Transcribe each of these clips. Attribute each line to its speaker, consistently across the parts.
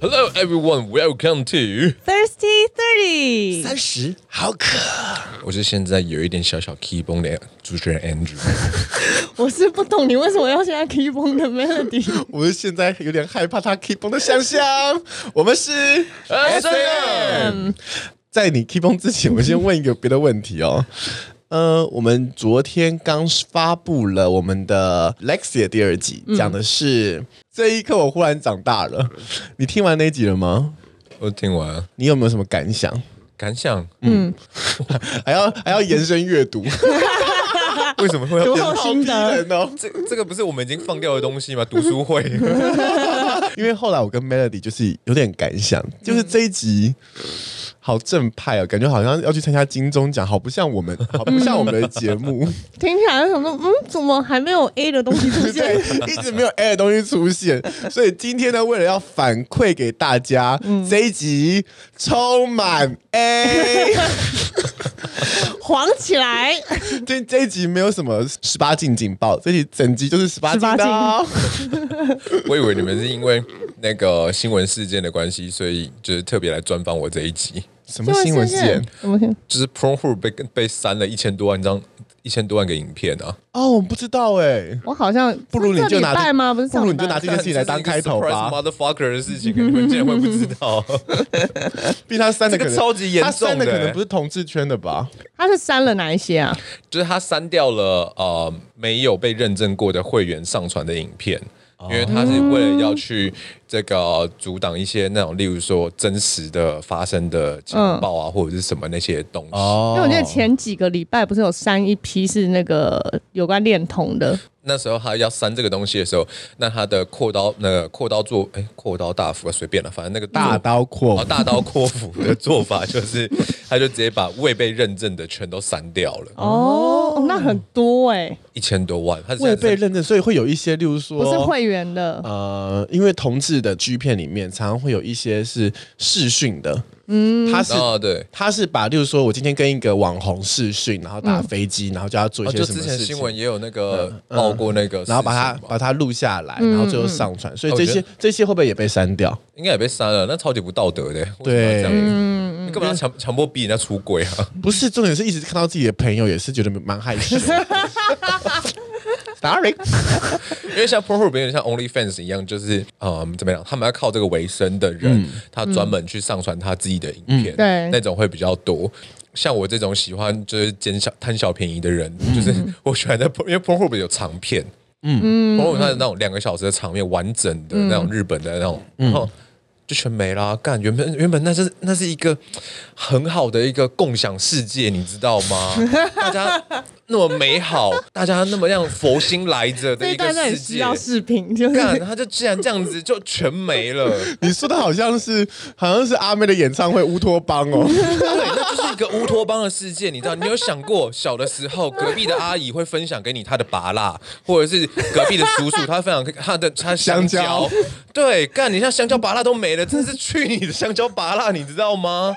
Speaker 1: Hello everyone, welcome to
Speaker 2: Thirsty Thirty，
Speaker 3: 三十，好渴。
Speaker 1: 我是现在有一点小小 key 崩的主持人 Andrew。
Speaker 2: 我是不懂你为什么要现在 keep on 的 melody。
Speaker 3: 我们现在有点害怕他 keep on 的哎香香。我们是
Speaker 1: 啊
Speaker 3: 啊
Speaker 1: SM
Speaker 3: 在你 keep on 之前，我先问一个别的问题哦。呃，我们昨天刚发布了我们的 Lexia 第二集，讲的是这一刻我忽然长大了。你听完那一集了吗？
Speaker 1: 我听完
Speaker 3: 你有没有什么感想？
Speaker 1: 感想，
Speaker 3: 还要还要延伸阅读，
Speaker 1: 为什么会要
Speaker 2: 读
Speaker 3: 啊
Speaker 1: 变
Speaker 2: 后心
Speaker 3: 好逼
Speaker 2: 得，
Speaker 3: 人哦。
Speaker 1: 这这个不是我们已经放掉的东西吗？读书会，
Speaker 3: 因为后来我跟 Melody 就是有点感想，就是这一集好正派哦，感觉好像要去参加金钟奖，好不像我们，好不像我们的节目，
Speaker 2: 听起来想说，嗯，怎么还没有 A 的东西出
Speaker 3: 对
Speaker 2: 现？，
Speaker 3: 一直没有 A 的东西出现，所以今天呢，为了要反馈给大家，这一集充 满 A，
Speaker 2: 黄起来，
Speaker 3: 这这一集没有什么十八禁警报，这一集整集就是十八禁的哦，
Speaker 1: 我以为你们是因为那个新闻事件的关系，所以就是特别来专访我这一集。
Speaker 3: 什么新闻事件？
Speaker 2: 我们看
Speaker 1: 就是 Pornhub 被被删了一千多万张，一千多万个影片啊！
Speaker 3: 哦，我不知道哎、
Speaker 2: 我好像
Speaker 3: 不如你就拿
Speaker 2: 这礼拜吗？不是
Speaker 3: 不
Speaker 2: 上
Speaker 3: 如
Speaker 2: 礼
Speaker 3: 你
Speaker 2: 拜
Speaker 3: 就拿啊这件事情来当开 头吧
Speaker 1: m o t h e r f u c k e r 的事情，你们竟然会不知道？
Speaker 3: 毕竟他删的可能
Speaker 1: 这个超级严重的欸
Speaker 3: 他删的可能不是同志圈的吧？
Speaker 2: 他是删了哪一些啊？
Speaker 1: 就是他删掉了呃没有被认证过的会员上传的影片，
Speaker 3: 哦
Speaker 1: 因为他是为了要去这个呃阻挡一些那种，例如说真实的发生的强暴啊，或者是什么那些东西。
Speaker 3: 哦
Speaker 2: 因为我记得前几个礼拜不是有删一批是那个有关恋童的，
Speaker 1: 那时候他要删这个东西的时候，那他的扩刀那个扩刀做哎扩刀大斧啊随便了，反正那个
Speaker 3: 大
Speaker 1: 做
Speaker 3: 刀阔
Speaker 1: 哦，
Speaker 3: 斧。
Speaker 1: 大刀阔斧的做法就是， 他就直接把未被认证的全都删掉了，
Speaker 2: 哦，那很多哎、
Speaker 1: 一千多万，他
Speaker 3: 未
Speaker 1: 现
Speaker 3: 被
Speaker 1: 在
Speaker 3: 认证，所以会有一些，例如说，
Speaker 2: 不是会员的，
Speaker 3: 呃，因为同志的 G 片里面常常会有一些是视讯的，嗯，他是。
Speaker 1: 啊对，
Speaker 3: 他是把，例如说，我今天跟一个网红视讯，然后打飞机，然后叫他做
Speaker 1: 嗯
Speaker 3: 一
Speaker 1: 哦，
Speaker 3: 些
Speaker 1: 就
Speaker 3: 什么
Speaker 1: 之前
Speaker 3: 事
Speaker 1: 新
Speaker 3: 情，嗯
Speaker 1: 闻也有那个报过那个事情嘛，
Speaker 3: 然后把他把他录下来，然后最后上传。所以
Speaker 1: 哦
Speaker 3: 这
Speaker 1: 我觉
Speaker 3: 些
Speaker 1: 得
Speaker 3: 这些会不会也被删掉？
Speaker 1: 应该也被删了，那超级不道德的，为
Speaker 3: 对嗯
Speaker 1: 什么要这样你干嘛要强强迫逼人家出轨啊？
Speaker 3: 不是，重点是一直看到自己的朋友，也是觉得蛮害羞的。Sorry，
Speaker 1: 因为像 Pornhub 有点像 OnlyFans 一样，就是嗯怎么样，他们要靠这个为生的人，
Speaker 3: 嗯
Speaker 1: 他专门去上传他自己的影片，
Speaker 2: 对
Speaker 1: 那种会比较多。像我这种喜欢就是捡小贪小便宜的人，
Speaker 3: 嗯
Speaker 1: 就是我喜欢在 Porn- 因为 Pornhub 有长片，嗯，Pornhub 它的那种两个小时的场面，完整的那种日本的那种，
Speaker 2: 嗯
Speaker 1: 然后。就全没啦！干，原本原本那是那是一个很好的一个共享世界，你知道 吗？大家那么美好，大家那么样佛心来着的
Speaker 2: 这
Speaker 1: 一
Speaker 2: 一
Speaker 1: 个
Speaker 2: 段那
Speaker 1: 世
Speaker 2: 很
Speaker 1: 界，
Speaker 2: 需要视频，就是
Speaker 1: 干，他就既然这样子就全没了，
Speaker 3: 你说的好像是好像是阿妹的演唱会乌托邦 哦。
Speaker 1: 对，那就是一个乌托邦的世界，你知道？你有想过小的时候，隔壁的阿姨会分享给你她的拔辣，或者是隔壁的叔叔他分享他的他香
Speaker 3: 香蕉
Speaker 1: 对，干，你像香蕉拔辣都没了，真是去你的香蕉拔辣，你知道吗？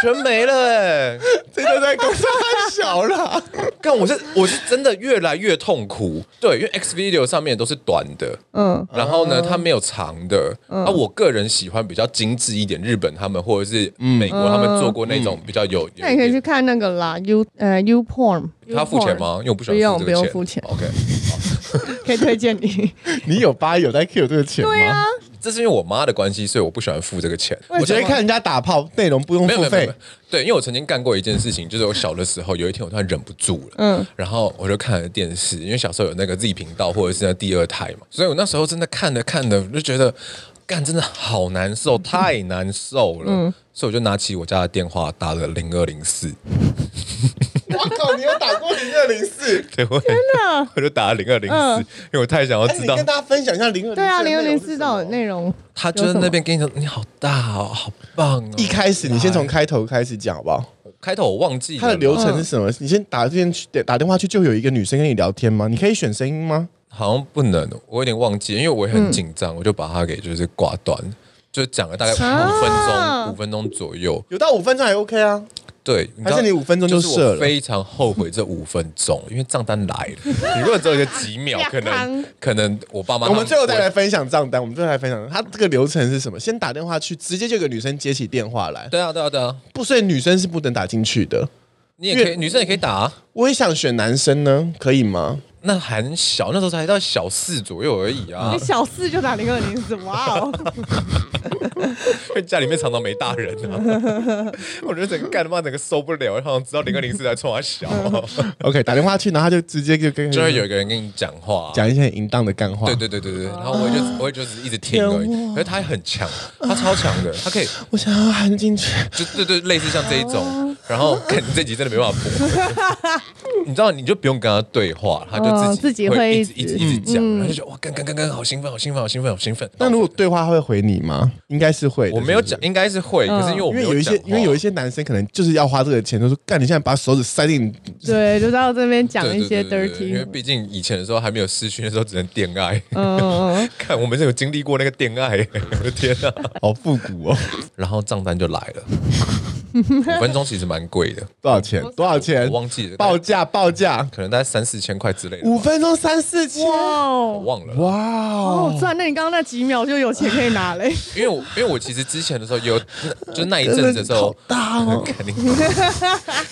Speaker 1: 全没了、欸，
Speaker 3: 真的在公司太小了。
Speaker 1: 干，我是我是真的越来越痛苦，对，因为 X Video 上面都是短的，
Speaker 2: 嗯，
Speaker 1: 然后呢，它没有长的。啊，我个人喜欢比较精致一点，日本他们或者是美国他们做过那种比较有。
Speaker 2: 嗯那你可以
Speaker 1: 有
Speaker 2: 去
Speaker 1: 一点
Speaker 2: 看那个啦，U 呃 U Porn，
Speaker 1: 他付钱？吗？因为我不喜欢
Speaker 2: 不用
Speaker 1: 付这个钱。
Speaker 2: 不用付钱
Speaker 1: OK，
Speaker 2: 可以推荐你。
Speaker 3: 你有八有在 Q 这个钱吗？对啊，
Speaker 1: 这是因为我妈的关系，所以我不喜欢付这个钱。
Speaker 3: 我觉得看人家打炮，内容不用
Speaker 1: 没有没
Speaker 3: 付
Speaker 1: 有没有没有
Speaker 3: 费。，
Speaker 1: 对，因为我曾经干过一件事情，就是我小的时候，有一天我突然忍不住了，嗯，然后我就看了电视，因为小时候有那个 Z 频道或者是那第二台嘛，所以我那时候真的看着看着，我就觉得干真的好难受，太难受了，
Speaker 2: 嗯
Speaker 1: 所以我就拿起我家的电话打了零二零四，
Speaker 3: 我靠，你有打过零二零四？
Speaker 1: 对，我真的， 我就打了零二零四，
Speaker 2: 嗯
Speaker 1: 因为我太想要
Speaker 3: 哎，
Speaker 1: 知
Speaker 3: 你
Speaker 1: 道
Speaker 3: 跟大家分享一下零二零
Speaker 2: 对啊，零二零四到底内容，
Speaker 1: 他就在那边跟你讲你好大哦，好棒哦，
Speaker 3: 一开始，你先从开头开始讲好不好？
Speaker 1: 开头我忘记
Speaker 3: 它的
Speaker 1: 了
Speaker 3: 流程是什么？你先打电去打电话去，就有一个女生跟你聊天吗？你可以选声音吗？
Speaker 1: 好像不能，我有点忘记，因为我也很紧
Speaker 3: 嗯
Speaker 1: 张，我就把它给就是挂断，就讲了大概五分钟，五、
Speaker 2: 啊
Speaker 1: 分钟左右。
Speaker 3: 有到五分钟还 OK 啊？
Speaker 1: 对，你知道
Speaker 3: 还是你五分钟
Speaker 1: 就
Speaker 3: 就
Speaker 1: 是我
Speaker 3: 射了
Speaker 1: 非常后悔这五分钟， 因为账单来 了，你如果只有一个几秒，可能可能我爸妈
Speaker 3: 我们最后再
Speaker 1: 他
Speaker 3: 来
Speaker 1: 们
Speaker 3: 分享账单，我们最后来分享他这个流程是什么？先打电话去，直接就有个女生接起电话来
Speaker 1: 不，对啊对啊对啊，
Speaker 3: 不，所以女生是不能打进去 的。
Speaker 1: 你也可
Speaker 3: 越
Speaker 1: 以，女生也可以打啊。
Speaker 3: 我也想选男生呢，可以吗？
Speaker 1: 那很小，那时候才到小四左右而已啊
Speaker 3: 嗯
Speaker 2: 你，小四就打零二零四，哇哦！
Speaker 1: 因 为家里面常常没大人啊。 我觉得整个干他妈整个受不了，然后知道零二零四在冲他啊小，
Speaker 3: 嗯 OK，打电话去，然后他就直接就跟
Speaker 1: 就会有一个人跟你讲话、
Speaker 3: 嗯讲一些很淫荡的干话。
Speaker 1: 对对对对对，然后我就我也就是一直听而
Speaker 3: 天
Speaker 1: 已，可是他很强，他超强的，他可以
Speaker 3: 我想要含进去。
Speaker 1: 就对对，类似像这一
Speaker 3: 哦
Speaker 1: 种，然后看你这集真的没办法播， 你知道你就不用跟他对话，他就
Speaker 2: 嗯
Speaker 1: 自
Speaker 2: 自
Speaker 3: 哦
Speaker 2: 己
Speaker 1: 会
Speaker 2: 会
Speaker 1: 一直一直一直讲，然后就觉得哇，干干干干，好兴奋，好兴奋，好兴奋，好兴奋。
Speaker 3: 嗯那如果对话会回你吗？应该是会的。
Speaker 1: 我没有
Speaker 3: 是
Speaker 1: 讲，
Speaker 3: 不是，
Speaker 1: 应该是会，可是因为我
Speaker 3: 因为
Speaker 1: 哦没
Speaker 3: 有一
Speaker 1: 讲
Speaker 3: 些
Speaker 1: 话，
Speaker 3: 因为有一些男生可能就是要花这个钱，就说干，你现在把手指塞进你
Speaker 2: 对，就到这边讲
Speaker 1: 对
Speaker 2: 一些
Speaker 1: 对对对对因为
Speaker 2: dirty，
Speaker 1: 毕竟以前的时候还没有失讯的时候，只能恋爱。
Speaker 2: 嗯嗯嗯，
Speaker 1: 看我们是有经历过那个恋爱，我的天啊！
Speaker 3: 好复古哦。
Speaker 1: 然后账单就来了，五分钟其实蛮贵的，
Speaker 3: 多少钱？多少钱？
Speaker 1: 我忘记了
Speaker 3: 报价，报价，
Speaker 1: 可能大概三四千块之类的
Speaker 3: 五
Speaker 1: 吧，
Speaker 3: 分钟三四千。
Speaker 2: 哇
Speaker 1: 我
Speaker 2: 哦，
Speaker 1: 忘了。
Speaker 3: 哇
Speaker 2: 哦
Speaker 3: 哦，
Speaker 2: 赚！那你刚刚那几秒就有钱可以拿嘞，
Speaker 1: 因为我因为我其实之前的时候有，就是那一阵子的时候
Speaker 3: 好，大哦
Speaker 1: 肯定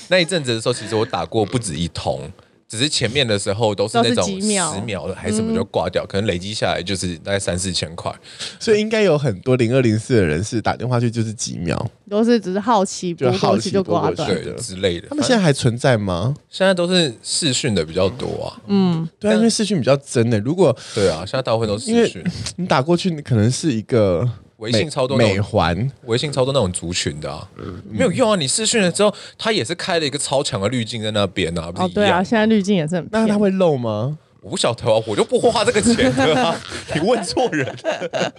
Speaker 1: 那一阵子的时候，其实我打过不止一通，只是前面的时候都是那种
Speaker 2: 都是
Speaker 1: 十
Speaker 2: 几秒
Speaker 1: 秒的还是什么就挂掉，可能累积下来就是大概三四千块。
Speaker 3: 所以应该有很多零二零四的人是打电话去就是几秒。
Speaker 2: 都是只是好奇，
Speaker 3: 就
Speaker 2: 不
Speaker 3: 好
Speaker 2: 过
Speaker 3: 奇
Speaker 2: 去就
Speaker 3: 拨
Speaker 2: 挂
Speaker 3: 过去
Speaker 2: 断。
Speaker 1: 对之类的，
Speaker 3: 他们现在
Speaker 1: 在
Speaker 3: 还存在吗？
Speaker 1: 现在都是视讯的比较多啊，
Speaker 3: 对啊，因为视讯比较真的。如果
Speaker 1: 对啊，现在大部分都是
Speaker 3: 因
Speaker 1: 视
Speaker 3: 为
Speaker 1: 讯，
Speaker 3: 你打过去，你可能是一个
Speaker 1: 微
Speaker 3: 美
Speaker 1: 信超多那种
Speaker 3: 美环，
Speaker 1: 微信超多那种族群的啊，没有用啊。你视讯了之后，他也是开了一个超强的滤镜在那边啊，不
Speaker 2: 哦，
Speaker 1: 是一
Speaker 2: 对啊，
Speaker 1: 样？
Speaker 2: 现在滤镜也是很
Speaker 3: 那
Speaker 2: 骗
Speaker 3: 他会漏吗？
Speaker 1: 我不晓得啊，我就不花这个钱的啊， 你问错人了。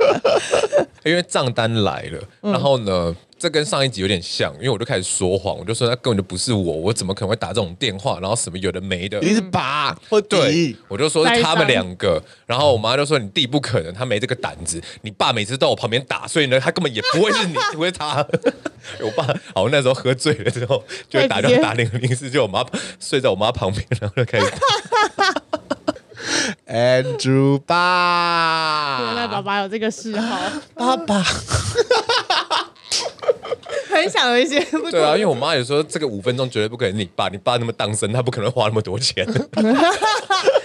Speaker 1: 因为账单来了，
Speaker 2: 嗯
Speaker 1: 然后呢，这跟上一集有点像，因为我就开始说谎，我就说那根本就不是我，我怎么可能会打这种电话？然后什么有的没的
Speaker 3: 一，定是拔或
Speaker 1: 嗯对
Speaker 3: 底，，
Speaker 1: 我就说是他们
Speaker 2: 栽赃
Speaker 1: 两个，然后我妈就说你弟不可能，他没这个胆子，你爸每次到我旁边打，所以呢，他根本也不会是你，不会是他。 我爸好像那时候喝醉了之后，就会打
Speaker 2: 太直
Speaker 1: 电
Speaker 2: 接
Speaker 1: 话打零零四，就我妈睡在我妈旁边，然后就开始打
Speaker 3: Andrew
Speaker 2: 原来爸
Speaker 3: 爸，
Speaker 2: 爸有这个嗜好，
Speaker 3: 爸爸，
Speaker 2: 很想有一些不
Speaker 1: 对啊，因为我妈也说这个五分钟绝对不可能，你爸你爸那么当真，他不可能花那么多钱。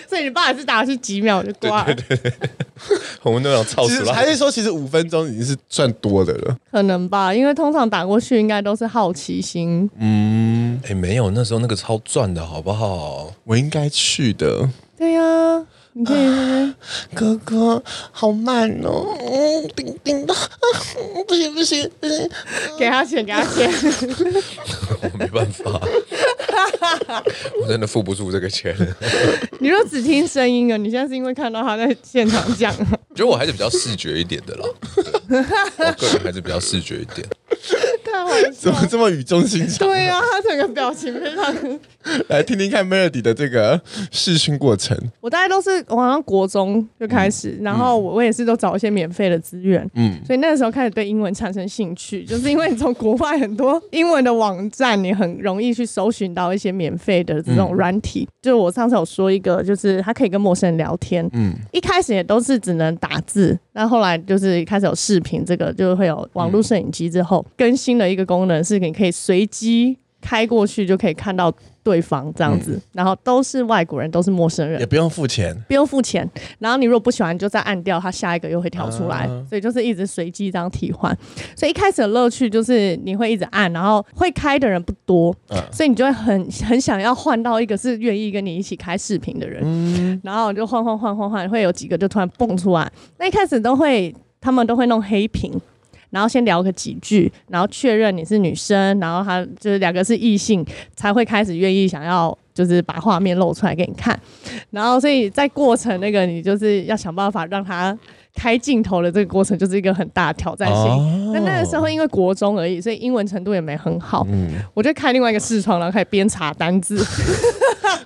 Speaker 2: 所以你爸也是打去几秒就挂了，
Speaker 1: 我们都想操
Speaker 3: 其
Speaker 1: 死
Speaker 3: 实
Speaker 1: 了，
Speaker 3: 还是说，其实五分钟已经是算多的了。
Speaker 2: 可能吧？因为通常打过去应该都是好奇心，
Speaker 3: 嗯，
Speaker 1: 哎、没有，那时候那个超赚的好不好？
Speaker 3: 我应该去的。
Speaker 2: 对呀、啊，你可以
Speaker 3: 哥哥，好慢哦，嗯，叮叮的， 啊嗯不行不行不行，
Speaker 2: 给他钱，给他钱，
Speaker 1: 我没办法，我真的付不出这个钱。
Speaker 2: 你说只听声音啊？你现在是因为看到他在现场讲啊，
Speaker 1: 觉得我还是比较视觉一点的啦，对我个人还是比较视觉一点。
Speaker 2: 开玩笑
Speaker 3: 怎。么这么语重心长？
Speaker 2: 对啊，他整个表情非常……
Speaker 3: 来听听看 Melody 的这个试训过程。
Speaker 2: 我大概都是我好像国中就开始，然后我我也是都找一些免费的资源，
Speaker 3: 嗯，
Speaker 2: 所以那个时候开始对英文产生兴趣，就是因为你从国外很多英文的网站，你很容易去搜寻到一些免费的这种软体。就是我上次有说一个，就是它可以跟陌生人聊天，嗯，一开始也都是只能打字，那后来就是开始有视频，这个就会有网络摄影机之后、更新了一个功能，是你可以随机开过去就可以看到对方这样子，然后都是外国人，都是陌生人
Speaker 3: 也，不用付钱。
Speaker 2: 不用付钱。然后你如果不喜欢，你就再按掉，它下一个又会跳出来，
Speaker 3: 啊
Speaker 2: 所以就是一直随机这样替换。所以一开始的乐趣就是你会一直按，然后会开的人不多，
Speaker 3: 嗯
Speaker 2: 所以你就会很很想要换到一个是愿意跟你一起开视频的人，
Speaker 3: 嗯
Speaker 2: 然后你就换换换换换，会有几个就突然蹦出来。那一开始都会，他们都会弄黑屏。然后先聊个几句，然后确认你是女生，然后他就是两个是异性，才会开始愿意想要就是把画面露出来给你看。然后所以在过程那个你就是要想办法让他开镜头的这个过程，就是一个很大的挑战性。那、那个时候因为国中而已，
Speaker 3: 嗯
Speaker 2: 所以英文程度也没很好，我就开另外一个视窗，然后开始边查单字，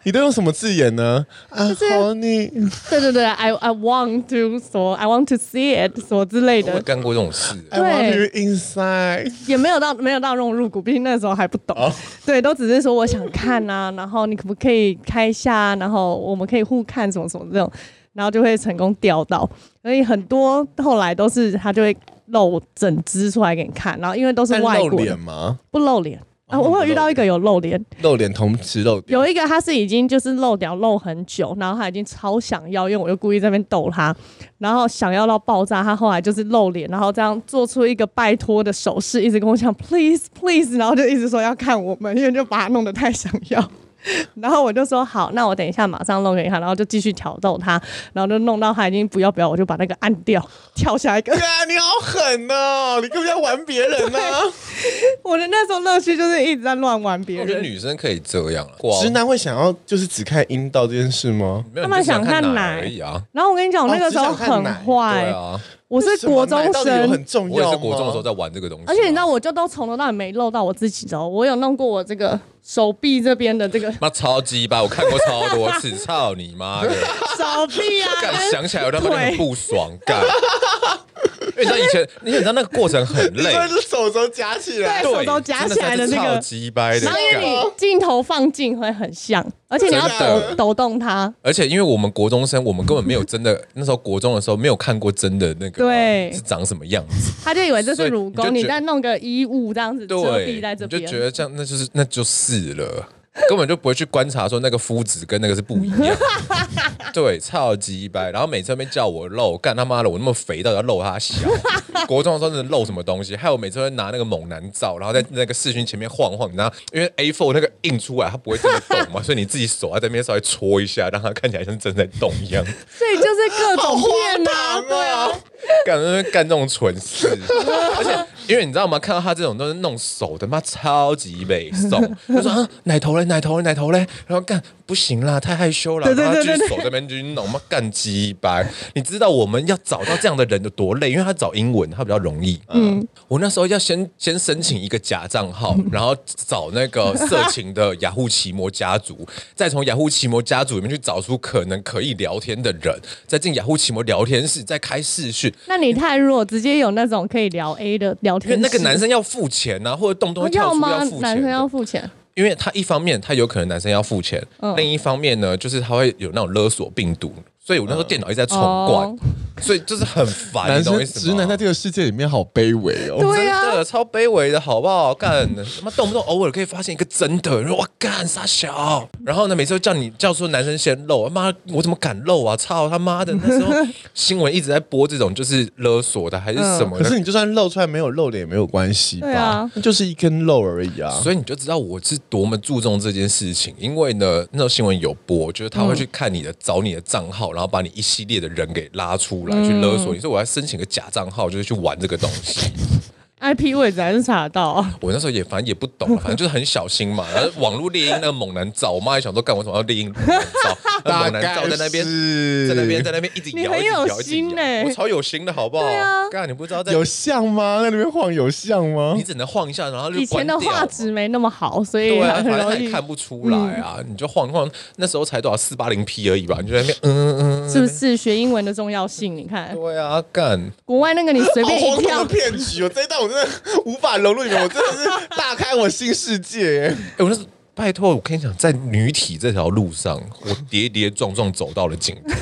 Speaker 3: 你都用什么字眼呢？啊，
Speaker 2: 就
Speaker 3: 嗯
Speaker 2: 是
Speaker 3: 好你
Speaker 2: 对对对，I I want to 说 I want to see it 说之类
Speaker 1: 我
Speaker 2: 的，
Speaker 1: 干过这种事，
Speaker 3: ，I want you inside。
Speaker 2: 也没有到没有到那种入股，毕竟那时候还不懂。
Speaker 3: 哦
Speaker 2: 对，都只是说我想看 啊，然后你可不可以开一下啊，然后我们可以互看什么什么这种，然后就会成功钓到。所以很多后来都是他就会露整只出来给你看，然后因为都是
Speaker 3: 但
Speaker 2: 外
Speaker 3: 露
Speaker 2: 国
Speaker 3: 脸
Speaker 2: 的，
Speaker 3: 吗？
Speaker 2: 不露脸。啊，
Speaker 3: 哦
Speaker 2: 我有
Speaker 3: 不露
Speaker 2: 遇到一个有露脸，
Speaker 3: 露脸同时露脸，
Speaker 2: 有一个他是已经就是漏掉漏很久，然后他已经超想要，因为我就故意在那边逗他，然后想要到爆炸，他后来就是露脸，然后这样做出一个拜托的手势，一直跟我讲 please please，然后就一直说要看我们，因为就把他弄得太想要。然后我就说好，那我等一下马上弄给你看，然后就继续挑逗他，然后就弄到他已经不要不要，我就把那个按掉，跳下一个。
Speaker 3: 对啊，你好狠哦！你干嘛要玩别人呢、
Speaker 2: 我的那时候乐趣就是一直在乱玩别
Speaker 1: 我觉得
Speaker 2: 人，
Speaker 1: 女生可以这样啊，挂
Speaker 3: 直男会想要就是只看阴道这件事吗？
Speaker 1: 没有
Speaker 2: 他们
Speaker 1: 你就
Speaker 2: 想看
Speaker 1: 奶
Speaker 2: 奶
Speaker 1: 而已啊。
Speaker 2: 然后我跟你讲，我那
Speaker 3: 哦
Speaker 2: 个
Speaker 3: 只
Speaker 2: 时候
Speaker 3: 想看
Speaker 2: 很
Speaker 3: 奶
Speaker 2: 坏，
Speaker 1: 对啊，
Speaker 2: 我是国中
Speaker 3: 为什么奶到底有
Speaker 2: 生，
Speaker 3: 很重
Speaker 1: 我也
Speaker 3: 要
Speaker 1: 是
Speaker 3: 吗
Speaker 1: 国中的时候在玩这个东西啊，
Speaker 2: 而且你知道，我就都从头到尾没露到我自己的哦、我有弄过我这个手臂这边的这 个
Speaker 1: 妈超鸡巴，我看过超多次， 操你妈的！
Speaker 2: 手臂啊，
Speaker 1: 干
Speaker 2: 跟
Speaker 1: 想起来我他妈就很不爽，干。因为你知道以前，你知道那个过程 很
Speaker 3: 你
Speaker 1: 累，
Speaker 3: 说手肘夹起来，
Speaker 2: 对
Speaker 1: 对，
Speaker 2: 手肘夹起来的那个
Speaker 1: 真是超鸡掰的
Speaker 2: 然后因为
Speaker 1: 干。
Speaker 2: 你镜头放近会很像，而且你要
Speaker 3: 真
Speaker 2: 抖
Speaker 3: 的
Speaker 2: 抖动它，
Speaker 1: 而且因为我们国中生，我们根本没有真的那时候国中的时候没有看过真的那个哦
Speaker 2: 对
Speaker 1: 是长什么样子，
Speaker 2: 他就以为这是
Speaker 1: 所以
Speaker 2: 乳
Speaker 1: 你就
Speaker 2: 沟，你
Speaker 1: 觉得
Speaker 2: 再弄个衣物这样子遮
Speaker 1: 对，
Speaker 2: 蔽在这
Speaker 1: 你就
Speaker 2: 边，
Speaker 1: 觉得这样那就是那就是了， 根本就不会去观察说那个肤质跟那个是不一 样的。对，超鸡掰。然后每次在那边叫我露，干他妈的，我那么肥，到底要露他 小？国中的时候真的露什么东西？害我每次会拿那个猛男照，然后在那个视讯前面晃晃，然后因为 A4 那个印出来，它不会真的动 嘛，所以你自己手在那边稍微搓一下，让它看起来像真的在动一样。
Speaker 2: 所以就是各
Speaker 3: 好
Speaker 2: 种
Speaker 3: 荒
Speaker 2: 骗啊，
Speaker 3: 唐
Speaker 2: 对啊，
Speaker 3: 啊！
Speaker 1: 干在那边干这种蠢事，而且因为你知道吗？看到他这种都是弄手的，妈超级美送，就说啊奶头嘞，奶头嘞，奶头嘞，然后干不行啦，太害羞了，
Speaker 2: 对对
Speaker 1: 然后
Speaker 2: 对
Speaker 1: 他继续
Speaker 2: 对对
Speaker 1: 手在那边去弄，妈干鸡掰！你知道我们要找到这样的人有多累，因为他找英文他比较容易。嗯，我那时候要先先申请一个假账号，
Speaker 2: 嗯
Speaker 1: 然后找那个色情的雅虎奇摩家族，再从雅虎奇摩家族里面去找出可能可以聊天的人，再进雅虎奇摩聊天室，再开视讯。
Speaker 2: 那你太弱，直接有那种可以聊 A 的聊
Speaker 1: 因为
Speaker 2: 天室，哦
Speaker 1: 那个男生要付钱呐、啊，或者动不动会跳
Speaker 2: 要
Speaker 1: 出
Speaker 2: 吗
Speaker 1: 要付？
Speaker 2: 男
Speaker 1: 钱
Speaker 2: 生要
Speaker 1: 的，
Speaker 2: 付钱，
Speaker 1: 因为他一方面他有可能男生要付钱，
Speaker 2: 嗯
Speaker 1: 另一方面呢，就是他会有那种勒索病毒，所以我那时候电脑一直在重灌，
Speaker 2: 哦
Speaker 1: 所以就是很烦，
Speaker 3: 男
Speaker 1: 你懂我
Speaker 3: 生
Speaker 1: 意思吗？
Speaker 3: 直男在这个世界里面好卑微哦。
Speaker 2: 对啊
Speaker 1: 真的超卑微的好不好？干他妈动不动偶尔可以发现一个真的，然后哇干傻小，然后呢每次都叫你叫出男生先露，啊妈我怎么敢露啊？操他妈的！那时候新闻一直在播这种就是勒索的还是
Speaker 2: 嗯
Speaker 1: 什么
Speaker 3: 可
Speaker 1: 的，
Speaker 3: 是你就算露出来没有露脸也没有关系吧？
Speaker 2: 对啊
Speaker 3: 那就是一根肉而已啊。
Speaker 1: 所以你就知道我是多么注重这件事情，因为呢，那时候新闻有播，就是
Speaker 2: 嗯
Speaker 1: 他会去看你的、找你的账号，然后把你一系列的人给拉出来、去勒
Speaker 2: 嗯
Speaker 1: 索你，所以我要申请个假账号，就是去玩这个东西。
Speaker 2: IP 位置还是查得到啊，
Speaker 1: 我那时候也反正也不懂，反正就是很小心嘛。然后网络猎鹰那个猛男照，我妈也想说，干我为什么要猎鹰猛男 照？那
Speaker 3: 大
Speaker 1: 猛男
Speaker 3: 概
Speaker 1: 照在那边。
Speaker 3: 是
Speaker 1: 在那边，在那边一直
Speaker 2: 你
Speaker 1: 摇，
Speaker 2: 很
Speaker 1: 一直摇，
Speaker 2: 有
Speaker 1: 一直摇
Speaker 2: 心欸
Speaker 1: 我超有心的好不好？
Speaker 2: 对啊
Speaker 1: 干你不知道在，
Speaker 3: 有像吗？在那边晃有像吗
Speaker 1: 你？只能晃一下， 然后就
Speaker 2: 以前的
Speaker 1: 关掉
Speaker 2: 画质没那么好，所以
Speaker 1: 对啊，
Speaker 2: 很
Speaker 1: 反正他
Speaker 2: 容
Speaker 1: 也
Speaker 2: 易
Speaker 1: 看不出来啊，你就晃一晃，那时候才多少四八零 P 而已吧，你就在那边嗯，
Speaker 2: 是不是学英文的重要性？你看
Speaker 1: 对啊，干，
Speaker 2: 国外那个，你随
Speaker 3: 好
Speaker 2: 便一
Speaker 3: 荒 唐
Speaker 2: 跳
Speaker 3: 的，骗局哦！这一段我真的无法融入你们，我真的是大开我新世界耶。
Speaker 1: 哎、我那时候拜托，我跟你讲，在女体这条路上，我跌跌撞撞走到了尽头，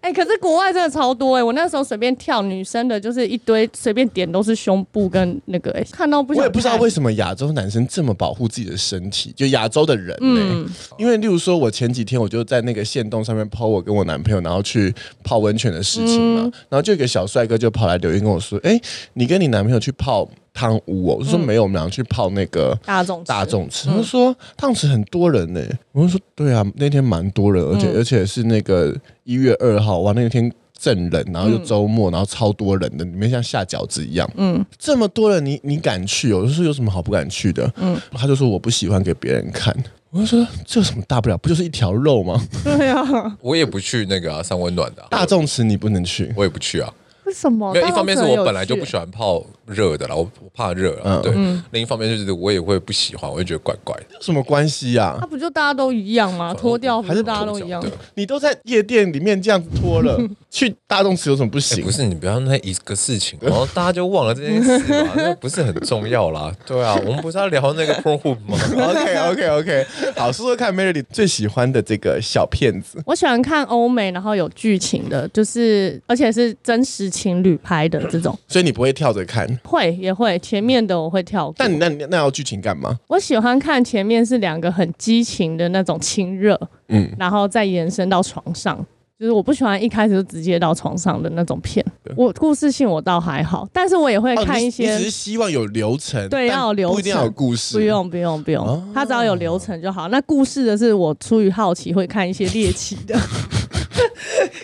Speaker 2: 哎、可是国外真的超多哎、我那时候随便跳女生的，就是一堆随便点都是胸部跟那个哎、看到不想
Speaker 3: 我也不知道
Speaker 2: 看
Speaker 3: 为什么亚洲男生这么保护自己的身体，就亚洲的人呢、
Speaker 2: 嗯
Speaker 3: 因为例如说，我前几天我就在那个线洞上面抛我跟我男朋友，然后去泡温泉的事情
Speaker 2: 嗯
Speaker 3: 嘛，然后就有一个小帅哥就跑来留言跟我说：“哎、你跟你男朋友去泡汤屋哦？”我
Speaker 2: 嗯
Speaker 3: 就说：“没有，我们俩去泡那个。”
Speaker 2: 大众
Speaker 3: 大众池，他说当时很多人呢、我就说对啊，那天蛮多人，而且、而且是那个一月二号，哇，那天正人，然后又周末，然后超多人的，里面像下饺子一样，嗯，这么多人你你敢去、哦？我就说有什么好不敢去的？嗯，他就说我不喜欢给别人看。我就说这有什么大不了？不就是一条肉 吗？
Speaker 2: 对啊，
Speaker 1: 我也不去那个、啊、上温暖的啊、
Speaker 3: 大众池你不能去，
Speaker 1: 我也不去啊。
Speaker 2: 为什么？
Speaker 1: 没有，一方面是
Speaker 2: 大众
Speaker 1: 我
Speaker 2: 很有
Speaker 1: 本来就
Speaker 2: 趣
Speaker 1: 不喜欢泡热的啦，我我怕热啊。
Speaker 3: 嗯
Speaker 1: 对，另一方面就是我也会不喜欢，我就觉得怪怪的。
Speaker 3: 有什么关系呀、
Speaker 2: 那不就大家都一样吗？脱掉不
Speaker 1: 还是
Speaker 2: 大家都一样
Speaker 1: 脱？掉啊
Speaker 3: 你都在夜店里面这样子脱 了，去大众池有什么不
Speaker 1: 哎
Speaker 3: 行？
Speaker 1: 不是你不要那一个事情，然后大家就忘了这件事 嘛，那不是很重要啦。对啊，我们不是要聊那个 p r o h o b 吗？
Speaker 3: OK OK OK，好，说说看 Melody 最喜欢的这个小骗子，
Speaker 2: 我喜欢看欧美，然后有剧情的，就是而且是真实情侣拍的这种，
Speaker 3: 所以你不会跳着看。
Speaker 2: 会也会前面的我会跳过。
Speaker 3: 但你那那那要剧情干嘛？
Speaker 2: 我喜欢看前面是两个很激情的那种亲热，
Speaker 3: 嗯，
Speaker 2: 然后再延伸到床上。就是我不喜欢一开始就直接到床上的那种片，我故事性我倒还好，但是我也会
Speaker 3: 哦
Speaker 2: 看
Speaker 3: 你
Speaker 2: 一
Speaker 3: 你
Speaker 2: 些
Speaker 3: 只是希望有流程，
Speaker 2: 对
Speaker 3: 但
Speaker 2: 要有流程
Speaker 3: 不一定要有故事，
Speaker 2: 不用不用不
Speaker 3: 哦
Speaker 2: 用，它只要有流程就好。那故事的是我出于好奇会看一些猎奇 的，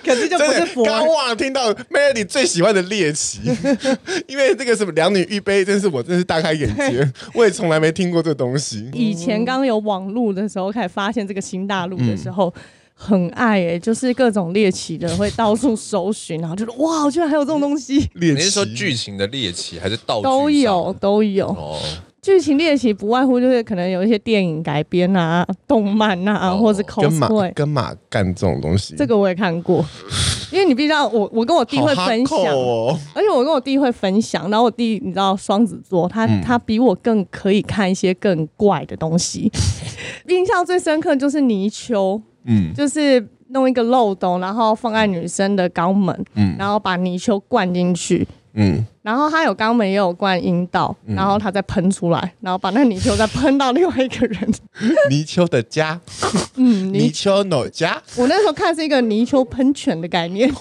Speaker 2: 可是就不
Speaker 3: 真
Speaker 2: 是
Speaker 3: 的，
Speaker 2: 佛
Speaker 3: 刚。刚忘了听到 Melody 最喜欢的 猎奇，因为这个什么两女一杯，真是我真是大开眼 界，我也从来没听过这东西。
Speaker 2: 以前刚有网络的时候，开始发现这个新大陆的时候。
Speaker 3: 嗯
Speaker 2: 很爱诶、就是各种猎奇的会到处搜寻，然后就是哇，居然还有这种东西，
Speaker 3: 猎
Speaker 1: 你
Speaker 3: 奇
Speaker 1: 是说剧情的猎奇还是道具上
Speaker 2: 都有都有。
Speaker 1: 哦？
Speaker 2: 剧情猎奇不外乎就是可能有一些电影改编啊、动漫啊，
Speaker 1: 哦
Speaker 2: 或者
Speaker 3: 跟马
Speaker 2: cosplay，
Speaker 3: 跟马干这种东西，
Speaker 2: 这个我也看过。因为你必须要我，我跟我弟会
Speaker 3: 好
Speaker 2: 分
Speaker 3: hardcore
Speaker 2: 享，
Speaker 3: 哦。
Speaker 2: 而且我跟我弟会分享，然后我弟你知道双子座，他、他比我更可以看一些更怪的东西。印象最深刻就是泥鳅，
Speaker 3: 嗯
Speaker 2: 就是弄一个漏斗，然后放在女生的肛门，
Speaker 3: 嗯
Speaker 2: 然后把泥鳅灌进去，
Speaker 3: 嗯，
Speaker 2: 然后他有肛门也有灌阴道，然后他再喷出来，然后把那个泥鳅再喷到另外一个人。
Speaker 3: 泥鳅的家，
Speaker 2: 嗯，
Speaker 3: 泥
Speaker 2: 泥，
Speaker 3: 鳅的家，
Speaker 2: 我那时候看是一个泥鳅喷泉的概念，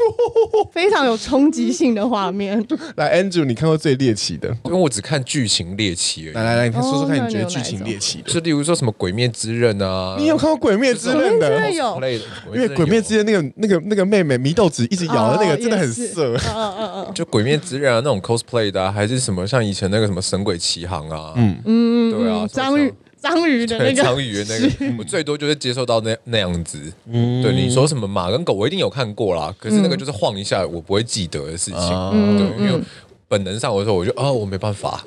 Speaker 2: 非常有冲击性的画面。
Speaker 3: 来 Andrew，你看过最猎奇的？
Speaker 1: 因为我只看剧情猎奇
Speaker 3: 来
Speaker 1: 而已，
Speaker 3: 来来，你看说说
Speaker 2: 哦
Speaker 3: 看，
Speaker 2: 那
Speaker 3: 你觉得
Speaker 2: 有
Speaker 3: 剧
Speaker 2: 哪一
Speaker 3: 情
Speaker 2: 种
Speaker 3: 猎奇的？
Speaker 1: 就例如说什么《鬼灭之刃》啊，
Speaker 3: 你有看过《鬼灭之刃》
Speaker 2: 鬼灭之
Speaker 3: 的
Speaker 2: 刃？有
Speaker 1: 之类的，
Speaker 3: 因为《鬼灭之
Speaker 1: 刃
Speaker 3: 刃》那个那个那个妹妹祢豆子一直咬的那个
Speaker 2: 哦
Speaker 3: 真的很
Speaker 2: 也是
Speaker 3: 色。
Speaker 2: 嗯嗯嗯嗯。
Speaker 1: 有就《鬼灭之刃》啊，那种 cosplay 的、啊，还是什么像以前那个什么《神鬼奇航》啊，嗯嗯，对啊，
Speaker 2: 章鱼章鱼的那
Speaker 1: 对
Speaker 2: 个
Speaker 1: 章鱼的那个，我最多就是接受到那那样子。
Speaker 3: 嗯
Speaker 1: 对你说什么马跟狗，我一定有看过啦，可是那个就是晃一下，我不会记得的事情。
Speaker 3: 啊，
Speaker 1: 对，因为本能上我说，我就哦，我没办法。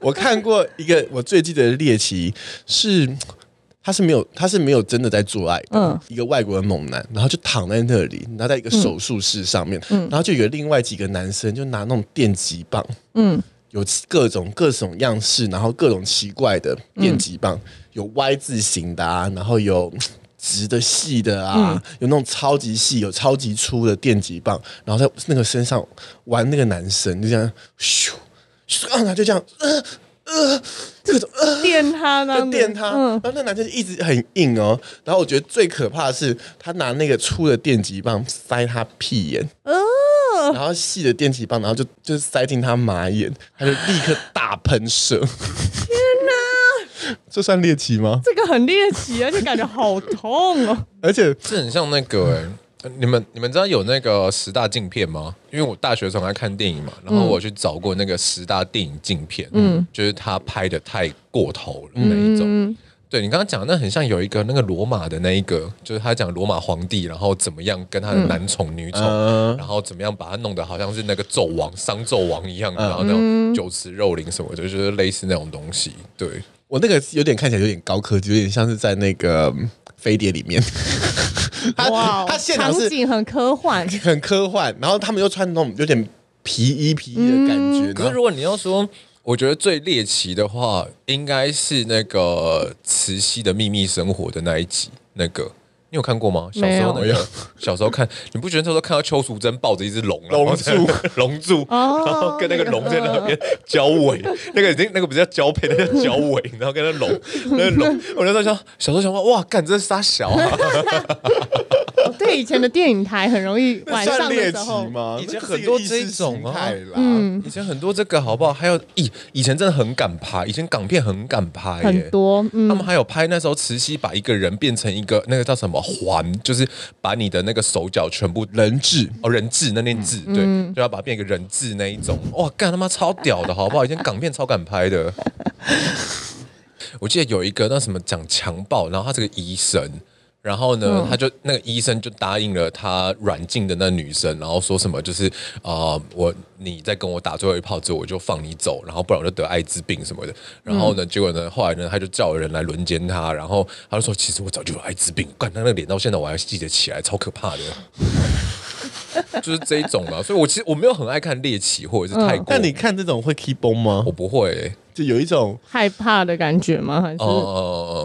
Speaker 3: 我看过一个我最记得的猎奇是。他是没有，他是没有真的在做爱的。
Speaker 2: 嗯
Speaker 3: 一个外国的猛男，然后就躺在那里，然后在一个手术室上面，然后就有另外几个男生就拿那种电击棒，
Speaker 2: 嗯
Speaker 3: 有各种各种样式，然后各种奇怪的电击棒，
Speaker 2: 嗯
Speaker 3: 有 Y 字形的啊，然后有嗯直的、细的啊，
Speaker 2: 嗯
Speaker 3: 有那种超级细、有超级粗的电击棒，然后在那个身上玩那个男生，就这样咻咻，啊，然后就这样，呃呃，各种呃。
Speaker 2: 电他呢，
Speaker 3: 就电他，
Speaker 2: 嗯
Speaker 3: 然后那男生就一直很硬哦。然后我觉得最可怕的是，他拿那个粗的电击棒塞他屁眼，
Speaker 2: 哦
Speaker 3: 然后细的电击棒，然后就就塞进他马眼，他就立刻大喷射。天哪！ 这算猎奇吗？
Speaker 2: 这个很猎奇，而且感觉好痛哦。
Speaker 3: 而且
Speaker 1: 这很像那个、欸呃你们你们知道有那个十大禁片吗？因为我大学常爱看电影嘛，然后我去找过那个十大电影禁片，嗯，就是他拍的太过头了那一种。对你刚刚讲的那很像有一个那个罗马的那一个，就是他讲罗马皇帝，然后怎么样跟他的男宠女宠，
Speaker 3: 嗯
Speaker 1: 然后怎么样把他弄得好像是那个纣王商纣王一样，然后那种酒池肉林什么的，就是类似那种东西。对，
Speaker 3: 我那个有点看起来有点高科技，有点像是在那个嗯飞碟里面。 他
Speaker 2: 哇哦，
Speaker 3: 他现场
Speaker 2: 场
Speaker 3: 是
Speaker 2: 景很科幻，
Speaker 3: 很科幻，然后他们又穿那种有点皮衣皮衣的感
Speaker 2: 嗯
Speaker 3: 觉。
Speaker 1: 可是
Speaker 3: 然后
Speaker 1: 如果你要说，我觉得最猎奇的话，应该是那个慈禧的秘密生活的那一集，那个。你有看过吗？小时候那
Speaker 2: 没
Speaker 1: 个，小时候看，你不觉得那时候看到邱淑贞抱着一只龙，
Speaker 3: 龙
Speaker 1: 然后在那边 龙柱，
Speaker 2: 哦
Speaker 1: 然后跟那个龙在那边交尾，那个已经那个不叫交配，那叫交尾， 然后跟那龙，那龙，我那时候想，小时候想说，哇，干这是傻小啊，
Speaker 2: 哦对以前的电影台很容易 晚上
Speaker 3: 算
Speaker 2: 的
Speaker 3: 猎
Speaker 2: 时
Speaker 3: 奇
Speaker 2: 候，嗯
Speaker 3: 吗？
Speaker 1: 以前
Speaker 3: 那是一
Speaker 1: 很
Speaker 3: 个
Speaker 1: 多
Speaker 3: 意
Speaker 1: 这
Speaker 3: 识
Speaker 1: 种
Speaker 3: 形
Speaker 1: 啊
Speaker 3: 态啦。
Speaker 1: 以前很多这个好不好？还有以以前真的很敢拍，以前港片很敢拍、耶。
Speaker 2: 很多
Speaker 1: 他
Speaker 2: 嗯
Speaker 1: 们还有拍那时候慈禧把一个人变成一个那个叫什么环，就是把你的那个手脚全部
Speaker 3: 人质
Speaker 1: 哦人质那念字，对，就要把它变一个人质那一种。哇，干他妈超屌的好不好？以前港片超敢拍的。我记得有一个那什么讲强暴，然后他是个医生，然后呢，他就那个医生就答应了他软禁的那女生，然后说什么就是啊、呃我你再跟我打最后一炮之后，我就放你走，然后不然我就得艾滋病什么的。然后呢，结果呢，后来呢，他就叫人来轮奸他，然后他就说其实我早就有艾滋病，干他那个脸到现在我还记得起来，超可怕的。就是这一种啊，所以我其实我没有很爱看猎奇或者是泰国，
Speaker 3: 但你看这种会 keep 崩吗
Speaker 1: 我？不会、欸。
Speaker 3: 就有一种
Speaker 2: 害怕的感觉吗？还是
Speaker 1: 哦哦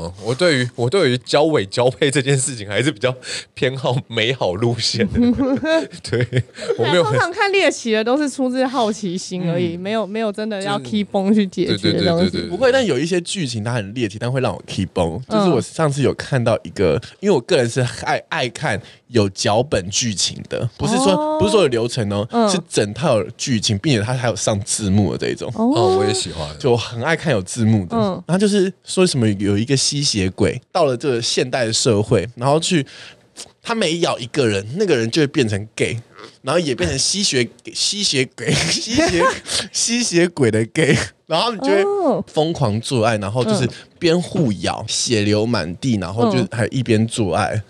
Speaker 1: 哦！我对于我对于交尾交配这件事情还是比较偏好美好路线 的，对我没有
Speaker 2: 啊通
Speaker 1: 很
Speaker 2: 常看猎奇的都是出自好奇心而已，
Speaker 3: 嗯
Speaker 2: 没有没有真的要
Speaker 1: 就是
Speaker 2: key 崩去解
Speaker 1: 对对
Speaker 2: 决
Speaker 1: 对
Speaker 2: 的东
Speaker 1: 对
Speaker 2: 西。
Speaker 1: 对，
Speaker 3: 不会，但有一些剧情它很猎奇，但会让我 keep on。就是
Speaker 2: 嗯
Speaker 3: 我上次有看到一个，因为我个人是爱爱看有脚本剧情的，不是说、
Speaker 2: 哦
Speaker 3: 不是说有流程哦，
Speaker 2: 嗯
Speaker 3: 是整套剧情，并且它还有上字幕的这一种。
Speaker 1: 哦，我也喜欢。
Speaker 3: 就我很爱看有字幕的，
Speaker 2: 嗯
Speaker 3: 然后就是说什么有一个吸血鬼到了这个现代社会，然后去他每咬一个人，那个人就会变成 gay，然后也变成吸血吸血鬼 吸血吸血鬼的 gay，然后你就会
Speaker 2: 哦
Speaker 3: 疯狂做爱，然后就是
Speaker 2: 嗯
Speaker 3: 边互咬，血流满地，然后就
Speaker 2: 嗯
Speaker 3: 还一边做爱。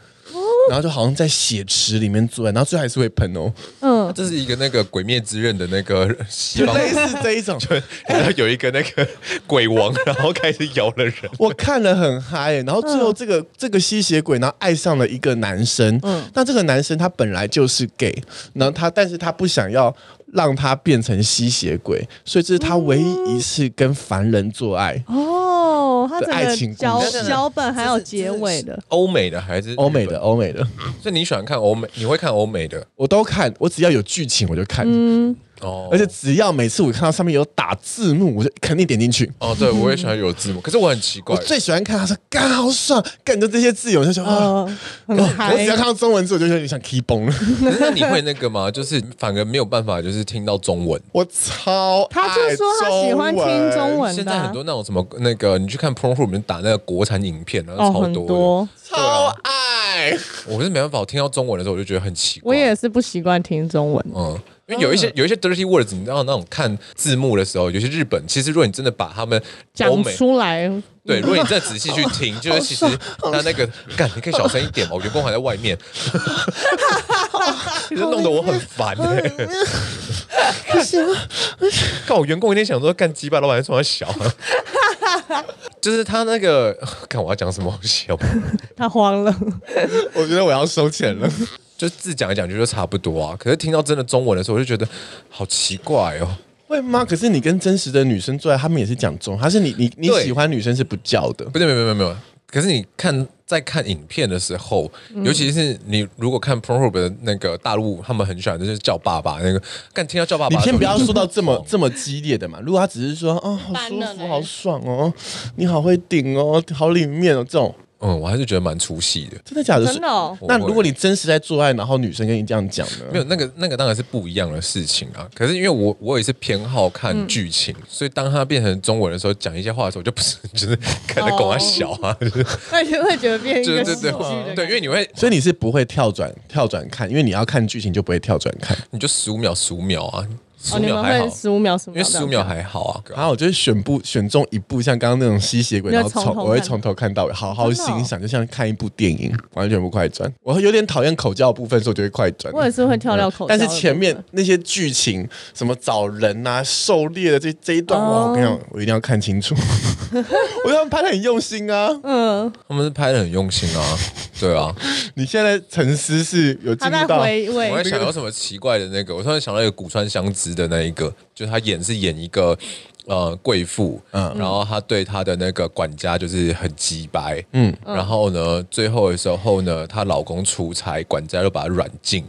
Speaker 3: 然后就好像在血池里面做爱，然后最后还是会喷哦，
Speaker 2: 嗯，
Speaker 1: 这是一个那个《鬼灭之刃》的那个 西
Speaker 3: 就
Speaker 1: 方，
Speaker 3: 类 似这一种。
Speaker 1: 然后有一个那个鬼王，然后开始咬了人。
Speaker 3: 我看了很嗨、欸然后最后这个、这个吸血鬼，然后爱上了一个男生，嗯
Speaker 2: 嗯，
Speaker 3: 那这个男生他本来就是 gay，然后他但是他不想要让他变成吸血鬼，所以这是他唯一一次跟凡人做爱。
Speaker 2: 哦，它整
Speaker 3: 的爱情
Speaker 2: 个
Speaker 3: 故
Speaker 2: 脚
Speaker 3: 事
Speaker 2: 脚本还有哦结尾的，
Speaker 1: 欧美的还是
Speaker 3: 欧美的，
Speaker 1: 日
Speaker 3: 欧美的，
Speaker 1: 本？所以你喜欢看欧美？你会看欧美的
Speaker 3: 我都看，我只要有剧情我就看，
Speaker 2: 嗯
Speaker 1: 哦？
Speaker 3: 而且只要每次我看到上面有打字幕，我就肯定点进去。
Speaker 1: 哦，对我也喜欢有字幕，可是我很奇怪
Speaker 3: 我，最喜欢看他说“干好爽”，干就这些字，我就觉得啊，
Speaker 2: 哦，很
Speaker 3: 我
Speaker 2: 嗨
Speaker 3: 只。要看到中文字，我就有点想 key 崩了。
Speaker 1: 可是那你会那个吗？就是反而没有办法，就是听到中文。
Speaker 3: 我超爱
Speaker 2: 他就说他喜欢听中文
Speaker 1: 现
Speaker 2: 的
Speaker 1: 在
Speaker 2: 啊，
Speaker 1: 很多那种什么那个，你去看 Pornhub 里面打那个国产影片，然后
Speaker 2: 哦，
Speaker 1: 超
Speaker 2: 很
Speaker 1: 的。
Speaker 2: 多。
Speaker 3: 超爱。
Speaker 1: 我是没办法，我听到中文的时候我就觉得很奇怪。
Speaker 2: 我也是不习惯听中文，
Speaker 1: 嗯。因为有一些有一些 dirty words，你知道那种看字幕的时候，有些日本其实如果你真的把他们欧
Speaker 2: 讲
Speaker 1: 美
Speaker 2: 出来
Speaker 1: 对，如果你真的仔细去听，就是其实他那个干，你可以小声一点嘛，我员工还在外面，其实弄得我很烦哎、干我员工一天想说干鸡巴，老板在说他小、啊 就是他那个看我要讲什么东西好不好
Speaker 2: 他慌了。
Speaker 3: 我觉得我要收钱了。
Speaker 1: 就字讲一讲就就差不多啊。可是听到真的中文的时候，我就觉得好奇怪哦。
Speaker 3: 会吗？可是你跟真实的女生做爱，他们也是讲中文，还是你你你
Speaker 1: 对
Speaker 3: 喜欢女生是不叫的？
Speaker 1: 不对，没有没有没有。可是你看在看影片的时候，
Speaker 2: 嗯
Speaker 1: 尤其是你如果看 Pornhub 的那个大陆，他们很喜欢就是叫爸爸那个，干听到叫爸
Speaker 3: 你
Speaker 1: 爸的时
Speaker 3: 先
Speaker 1: 候，
Speaker 3: 不要说到这么
Speaker 1: 嗯
Speaker 3: 这么激烈的嘛。如果他只是说啊、好舒
Speaker 2: 般的
Speaker 3: 服，
Speaker 2: 嘞
Speaker 3: 好爽哦，你好会顶哦，好里面哦，这种
Speaker 1: 嗯，我还是觉得蛮出戏的。
Speaker 3: 真的假的？
Speaker 2: 真的哦
Speaker 3: 是那如果你真实在做爱，然后女生跟你这样讲
Speaker 1: 没
Speaker 3: 呢？
Speaker 1: 有那个那个当然是不一样的事情啊。可是因为我我也是偏好看剧情，
Speaker 2: 嗯
Speaker 1: 所以当他变成中文的时候，讲一些话的时候，我就不是就是看得懂他小啊，就
Speaker 2: 哦
Speaker 1: 是
Speaker 2: 而且会觉得 变一
Speaker 1: 对
Speaker 2: 个
Speaker 1: 对
Speaker 2: 喜剧的感
Speaker 1: 对
Speaker 2: 觉
Speaker 1: 对，因为你会
Speaker 3: 所以你是不会跳转跳转看，因为你要看剧情就不会跳转看。
Speaker 1: 你就十五秒十五秒啊，十
Speaker 2: 哦，
Speaker 1: 五
Speaker 2: 你
Speaker 1: 秒
Speaker 2: 们
Speaker 1: 还好
Speaker 2: 会，十五秒什
Speaker 1: 因为
Speaker 2: 么？
Speaker 1: 十五秒还好啊。
Speaker 3: 然后我就会选部选中一部，像刚刚那种吸血鬼，
Speaker 2: 你
Speaker 3: 然
Speaker 2: 要
Speaker 3: 后
Speaker 2: 从
Speaker 3: 从
Speaker 2: 头
Speaker 3: 我会
Speaker 2: 看
Speaker 3: 从头看到尾，好好
Speaker 2: 真的哦
Speaker 3: 欣赏，就像看一部电影，完全不快转。我有点讨厌口交的部分，所以我就会快转。嗯
Speaker 2: 我也是会跳到口交的
Speaker 3: 但
Speaker 2: 部分，
Speaker 3: 是前面那些剧情，什么找人啊、狩猎的这这一段，哇！我跟你
Speaker 2: 哦
Speaker 3: 讲，我一定要看清楚。 我觉得他们拍的很用心啊。
Speaker 2: 嗯，
Speaker 1: 他们是拍的很用心啊，对啊。
Speaker 3: 你现在沉思是有进
Speaker 2: 他在
Speaker 3: 入到
Speaker 2: 回味
Speaker 1: 我在想有什么奇怪的那个，我突然想到一个古川香织的那一个，就是她演是演一个呃贵妇，嗯，然后她对她的那个管家就是很鸡掰，嗯，然后呢，最后的时候呢，她老公出差，管家就把她软禁。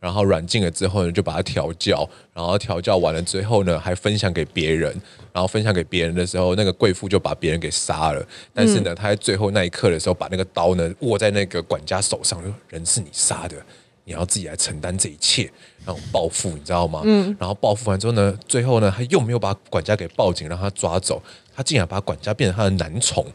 Speaker 1: 然后软禁了之后呢，就把她调教，然后调教完了之后呢，还分享给别人，然后分享给别人的时候，那个贵妇就把别人给杀了。但是呢，她在最后那一刻的时候，把那个刀呢握在那个管家手上，就说：“人是你杀的，你要自己来承担这一切。”那种报复，你知道吗？嗯。然后报复完之后呢，最后呢，他又没有把管家给报警，让他抓走，他竟然把管家变成他的男宠。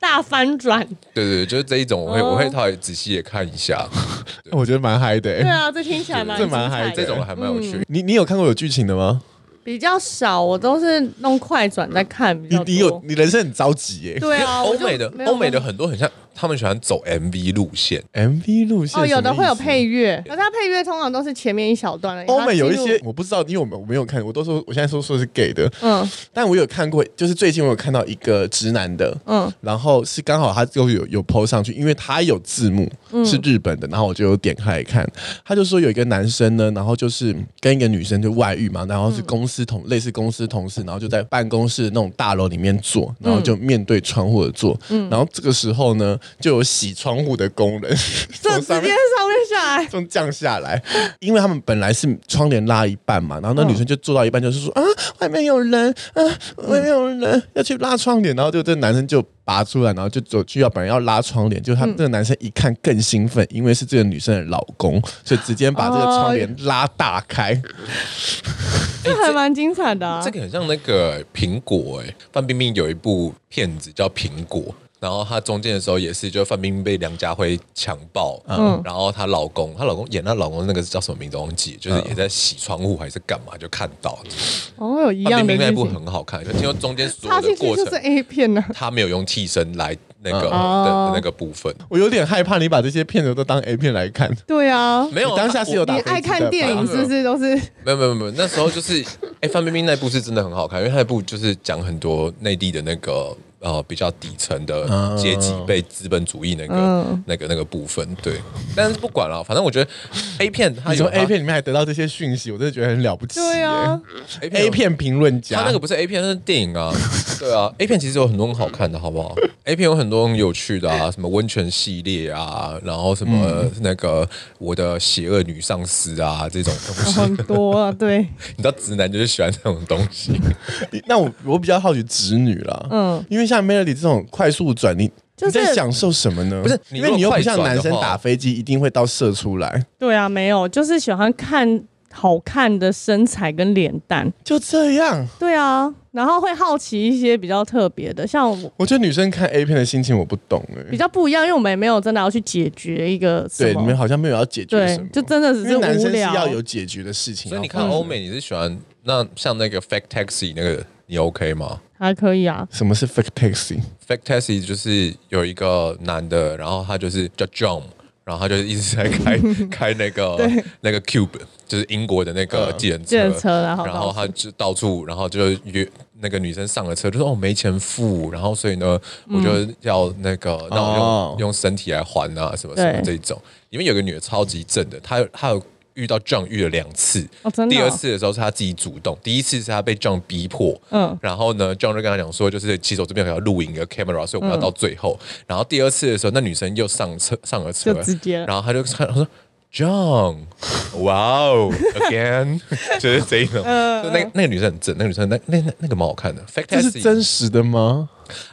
Speaker 2: 大翻转，
Speaker 1: 对对对，就是这一种，我会、
Speaker 2: 哦
Speaker 1: 我会稍微仔细也看一下，
Speaker 3: 我觉得蛮嗨的、
Speaker 2: 对
Speaker 3: 欸。
Speaker 2: 啊，这听起来蛮
Speaker 3: 这
Speaker 2: 精
Speaker 3: 蛮嗨
Speaker 2: 彩
Speaker 3: 的
Speaker 1: 这
Speaker 2: 的。
Speaker 1: 种还蛮有趣。
Speaker 3: 你你有看过有剧情的吗？
Speaker 2: 比较少，我都是弄快转在看比
Speaker 3: 你
Speaker 2: 较
Speaker 3: 你有
Speaker 2: 多。
Speaker 3: 你人生很着急耶、
Speaker 2: 对啊，
Speaker 1: 因为
Speaker 2: 我
Speaker 1: 欧
Speaker 2: 就
Speaker 1: 美的
Speaker 2: 没有
Speaker 1: 欧美的很多很像，他们喜欢走 MV 路线，
Speaker 3: MV 路线
Speaker 2: 哦，有的会有
Speaker 3: 乐。
Speaker 2: 配乐，可是它配乐通常都是前面一小段而已
Speaker 3: 欧美有一，
Speaker 2: 它
Speaker 3: 些
Speaker 2: 进
Speaker 3: 我不知道，因为我们我没有看，我都说我现在说说是 gay 的，
Speaker 2: 入嗯
Speaker 3: 但我有看过，就是最近我有看到一个直男的，
Speaker 2: 嗯，
Speaker 3: 然后是刚好他就有有 PO 上去，因为他有字幕
Speaker 2: 嗯
Speaker 3: 是日本的，然后我就有点开来看，他就说有一个男生呢，然后就是跟一个女生就外遇嘛，然后
Speaker 2: 嗯
Speaker 3: 是公司同、类似公司同事，然后就在办公室那种大楼里面坐，然
Speaker 2: 嗯
Speaker 3: 后就面对窗户的坐，然后这个时候呢，就有洗窗户的工人
Speaker 2: 这
Speaker 3: 从
Speaker 2: 直
Speaker 3: 上
Speaker 2: 接
Speaker 3: 面。哎
Speaker 2: 上面下来，
Speaker 3: 从降下来，因为他们本来是窗帘拉一半嘛，然后那女生就坐到一半，就是说、啊，外面有人，啊，外面有人要去拉窗帘，然后就这男生就拔出来，然后就走去要本来要拉窗帘，就他这个男生一看更兴奋，因为是这个女生的老公，所以直接把这个窗帘拉大开。
Speaker 2: 这还蛮精彩的啊
Speaker 1: 这。个很像那个苹果哎、范冰冰有一部片子叫《苹果》，然后她中间的时候也是，就范冰冰被梁家辉强暴，嗯，然后她老公，她老公演她老公那个叫什么名字忘记，就是
Speaker 2: 嗯
Speaker 1: 也在洗窗户还是干嘛，就看到
Speaker 2: 哦，有一
Speaker 1: 范
Speaker 2: 样
Speaker 1: 冰冰
Speaker 2: 的
Speaker 1: 那
Speaker 2: 剧
Speaker 1: 部
Speaker 2: 情，
Speaker 1: 很好看，就听说中间所
Speaker 2: 插
Speaker 1: 有
Speaker 2: 进
Speaker 1: 的
Speaker 2: 去
Speaker 1: 过
Speaker 2: 就
Speaker 1: 程
Speaker 2: 是，A 片啊呢。
Speaker 1: 她没有用替身来那个的
Speaker 2: 哦
Speaker 1: 的那个部分，
Speaker 3: 我有点害怕你把这些片子都当 A 片来看，
Speaker 2: 对啊，
Speaker 1: 没有
Speaker 3: 你当下是有
Speaker 1: 我
Speaker 3: 打
Speaker 2: 你
Speaker 3: 飞机
Speaker 2: 爱看
Speaker 3: 的
Speaker 2: 电
Speaker 3: 吧嗯
Speaker 2: 影是不是都是？
Speaker 1: 没有没有没有，那时候就是，哎、范冰冰那部是真的很好看，因为她那部就是讲很多内地的那个呃比较底层的阶级被资本主义那个、
Speaker 2: 嗯
Speaker 1: 那个那个部分，对。但是不管了，反正我觉得 A 片它
Speaker 3: 你啊
Speaker 1: 有
Speaker 3: 从
Speaker 1: 它
Speaker 3: A 片里面还得到这些讯息，我真的觉得很了不起、耶
Speaker 2: 对啊，
Speaker 1: A 片
Speaker 3: A 片评论
Speaker 1: 它
Speaker 3: 家
Speaker 1: 那个不是 A 片，那是电影啊。对啊，A 片其实有很多很好看的，好不好？A 片有很多很有趣的啊，什么温泉系列啊，然后什
Speaker 3: 嗯
Speaker 1: 么那个我的邪恶女上司啊这种东西，
Speaker 2: 很多 啊，对，
Speaker 1: 你知道直男就是喜欢这种东西。
Speaker 3: 那我我比较好奇直女啦，
Speaker 2: 嗯
Speaker 3: 嗯，因为像 Melody 这种快速转，你
Speaker 2: 就是
Speaker 3: 你在享受什么呢？
Speaker 1: 不是
Speaker 3: 因为你又不像男生
Speaker 1: 你如果快转的话
Speaker 3: 打飞机一定会到射出来，
Speaker 2: 对啊，没有，就是喜欢看好看的身材跟脸蛋，
Speaker 3: 就这样。
Speaker 2: 对啊，然后会好奇一些比较特别的，像我
Speaker 3: 我觉得女生看 A 片的心情我不懂哎、
Speaker 2: 比较不一样，因为我们也没有真的要去解决一个什
Speaker 3: 对，你
Speaker 2: 么，
Speaker 3: 们好像没有要解决什
Speaker 2: 对
Speaker 3: 么，，
Speaker 2: 就真的只
Speaker 3: 因
Speaker 2: 是
Speaker 3: 为男
Speaker 2: 无
Speaker 3: 生是
Speaker 2: 聊。
Speaker 3: 要有解决的事情。
Speaker 1: 所以你
Speaker 3: 然
Speaker 1: 看
Speaker 3: 后
Speaker 1: 欧美，你是喜欢那像那个 Fact Taxi 那个，你 OK 吗
Speaker 2: 还可以啊，
Speaker 3: 什么是 fake taxi？
Speaker 1: ？Fact Taxi 就是有一个男的，然后他就是叫 John，然后他就是一直在 开开那个那个 Cube，就是英国的那个计程车，
Speaker 2: 嗯计程车然后
Speaker 1: 然后他就到处，然后就约那个女生上了车，就说哦没钱付，然后所以呢，
Speaker 2: 嗯
Speaker 1: 我就要那个，那我用、
Speaker 3: 哦
Speaker 1: 用身体来还啊，什么什么
Speaker 2: 对
Speaker 1: 这种。里面有个女的超级正的，她有她有。遇到 John 遇了两次，
Speaker 2: 哦真的哦
Speaker 1: 第二次的时候是他自己主动，第一次是他被 John 逼迫，
Speaker 2: 嗯
Speaker 1: 嗯，然后呢，John 就跟他讲说，就是其实我这边有要录影的 camera，所以我们要到最后。然后第二次的时候，那女生又上车上了车，
Speaker 2: 就直接了
Speaker 1: 然后他就看他说 John，哇哦，again，就是 这一种，
Speaker 2: 嗯
Speaker 1: 就那个那个女生很正，那个女生那那那那个蛮好看的，fact
Speaker 3: 这是
Speaker 1: Taxi
Speaker 3: 真实的吗？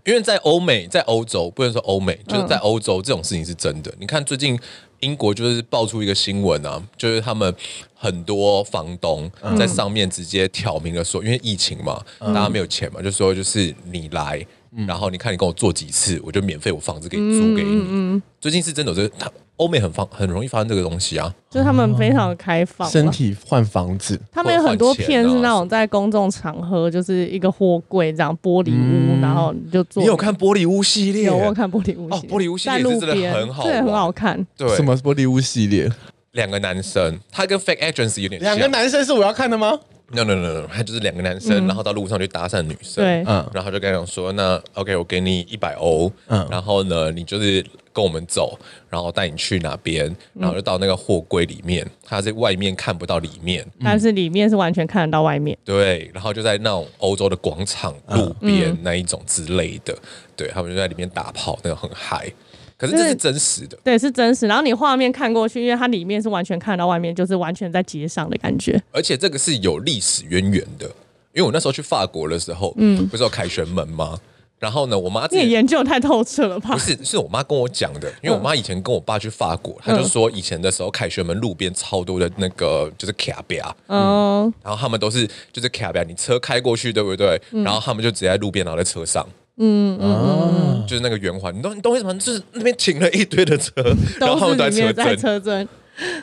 Speaker 1: 因为在欧美，在欧洲不能说欧美，就是
Speaker 2: 嗯
Speaker 1: 在欧洲这种事情是真的。你看最近英国就是爆出一个新闻啊，就是他们很多房东在上面直接挑明了说，因为疫情嘛，大家没有钱嘛，就说就是你来，然后你看你跟我做几次，我就免费我房子给
Speaker 2: 嗯
Speaker 1: 你租给你。最近是真的，这他欧美很方很容易发生这个东西啊。
Speaker 2: 就是他们非常开放啦，
Speaker 3: 哦身体换房子，
Speaker 2: 他们有很多片是
Speaker 3: 啊
Speaker 2: 那种在公众场合，就是一个货柜这样玻璃
Speaker 3: 嗯
Speaker 2: 屋，然后你就坐。
Speaker 1: 你有看玻璃屋系列？
Speaker 2: 有我有看玻璃屋
Speaker 1: 哦
Speaker 2: 系列
Speaker 1: 玻璃屋系
Speaker 2: 在
Speaker 1: 列
Speaker 2: 路
Speaker 1: 是真的
Speaker 2: 边
Speaker 1: 很好
Speaker 2: 这也很
Speaker 1: 玩嗯
Speaker 2: 好看。
Speaker 1: 对，
Speaker 3: 什么玻璃屋系列？
Speaker 1: 两个男生，他跟 Fake Agency 有点像
Speaker 3: 两个男生是我要看的吗？
Speaker 1: no no no no，他就是两个男生，然后到路上去搭讪女生，
Speaker 2: 嗯对
Speaker 3: 嗯
Speaker 1: 然后就跟他讲说，那 OK，我给你一百欧，
Speaker 3: 嗯
Speaker 1: 然后呢，你就是跟我们走，然后带你去哪边，
Speaker 2: 嗯
Speaker 1: 然后就到那个货柜里面，他在外面看不到里面，
Speaker 2: 但是里面是完全看得到外面，
Speaker 1: 对，然后就在那种欧洲的广场、路
Speaker 2: 嗯
Speaker 1: 边那一种之类的，对他们就在里面打炮，那个很嗨，可是这是真实的，
Speaker 2: 对，是真实。然后你画面看过去，因为它里面是完全看得到外面，就是完全在街上的感觉。
Speaker 1: 而且这个是有历史渊源的，因为我那时候去法国的时候，不是有凯旋门吗？然后呢，我妈自
Speaker 2: 嗯你
Speaker 1: 己
Speaker 2: 也研究得太透彻了吧
Speaker 1: 不？是，是我妈跟我讲的，因为
Speaker 2: 嗯
Speaker 1: 我妈以前跟我爸去法国，她就说以前的时候凯旋门路边超多的那个就是卡比亚，
Speaker 2: 嗯，
Speaker 1: 然后他们都是就是卡比亚，你车开过去对不对？
Speaker 2: 嗯
Speaker 1: 然后他们就直接在路边，然后在车上。
Speaker 3: 啊
Speaker 1: 嗯嗯，就是那个圆环，你懂你懂为什么？就是那边停了一堆的车，然后他们
Speaker 2: 都是
Speaker 1: 在
Speaker 2: 里
Speaker 1: 车
Speaker 2: 面在
Speaker 1: 震，
Speaker 2: 车震，嗯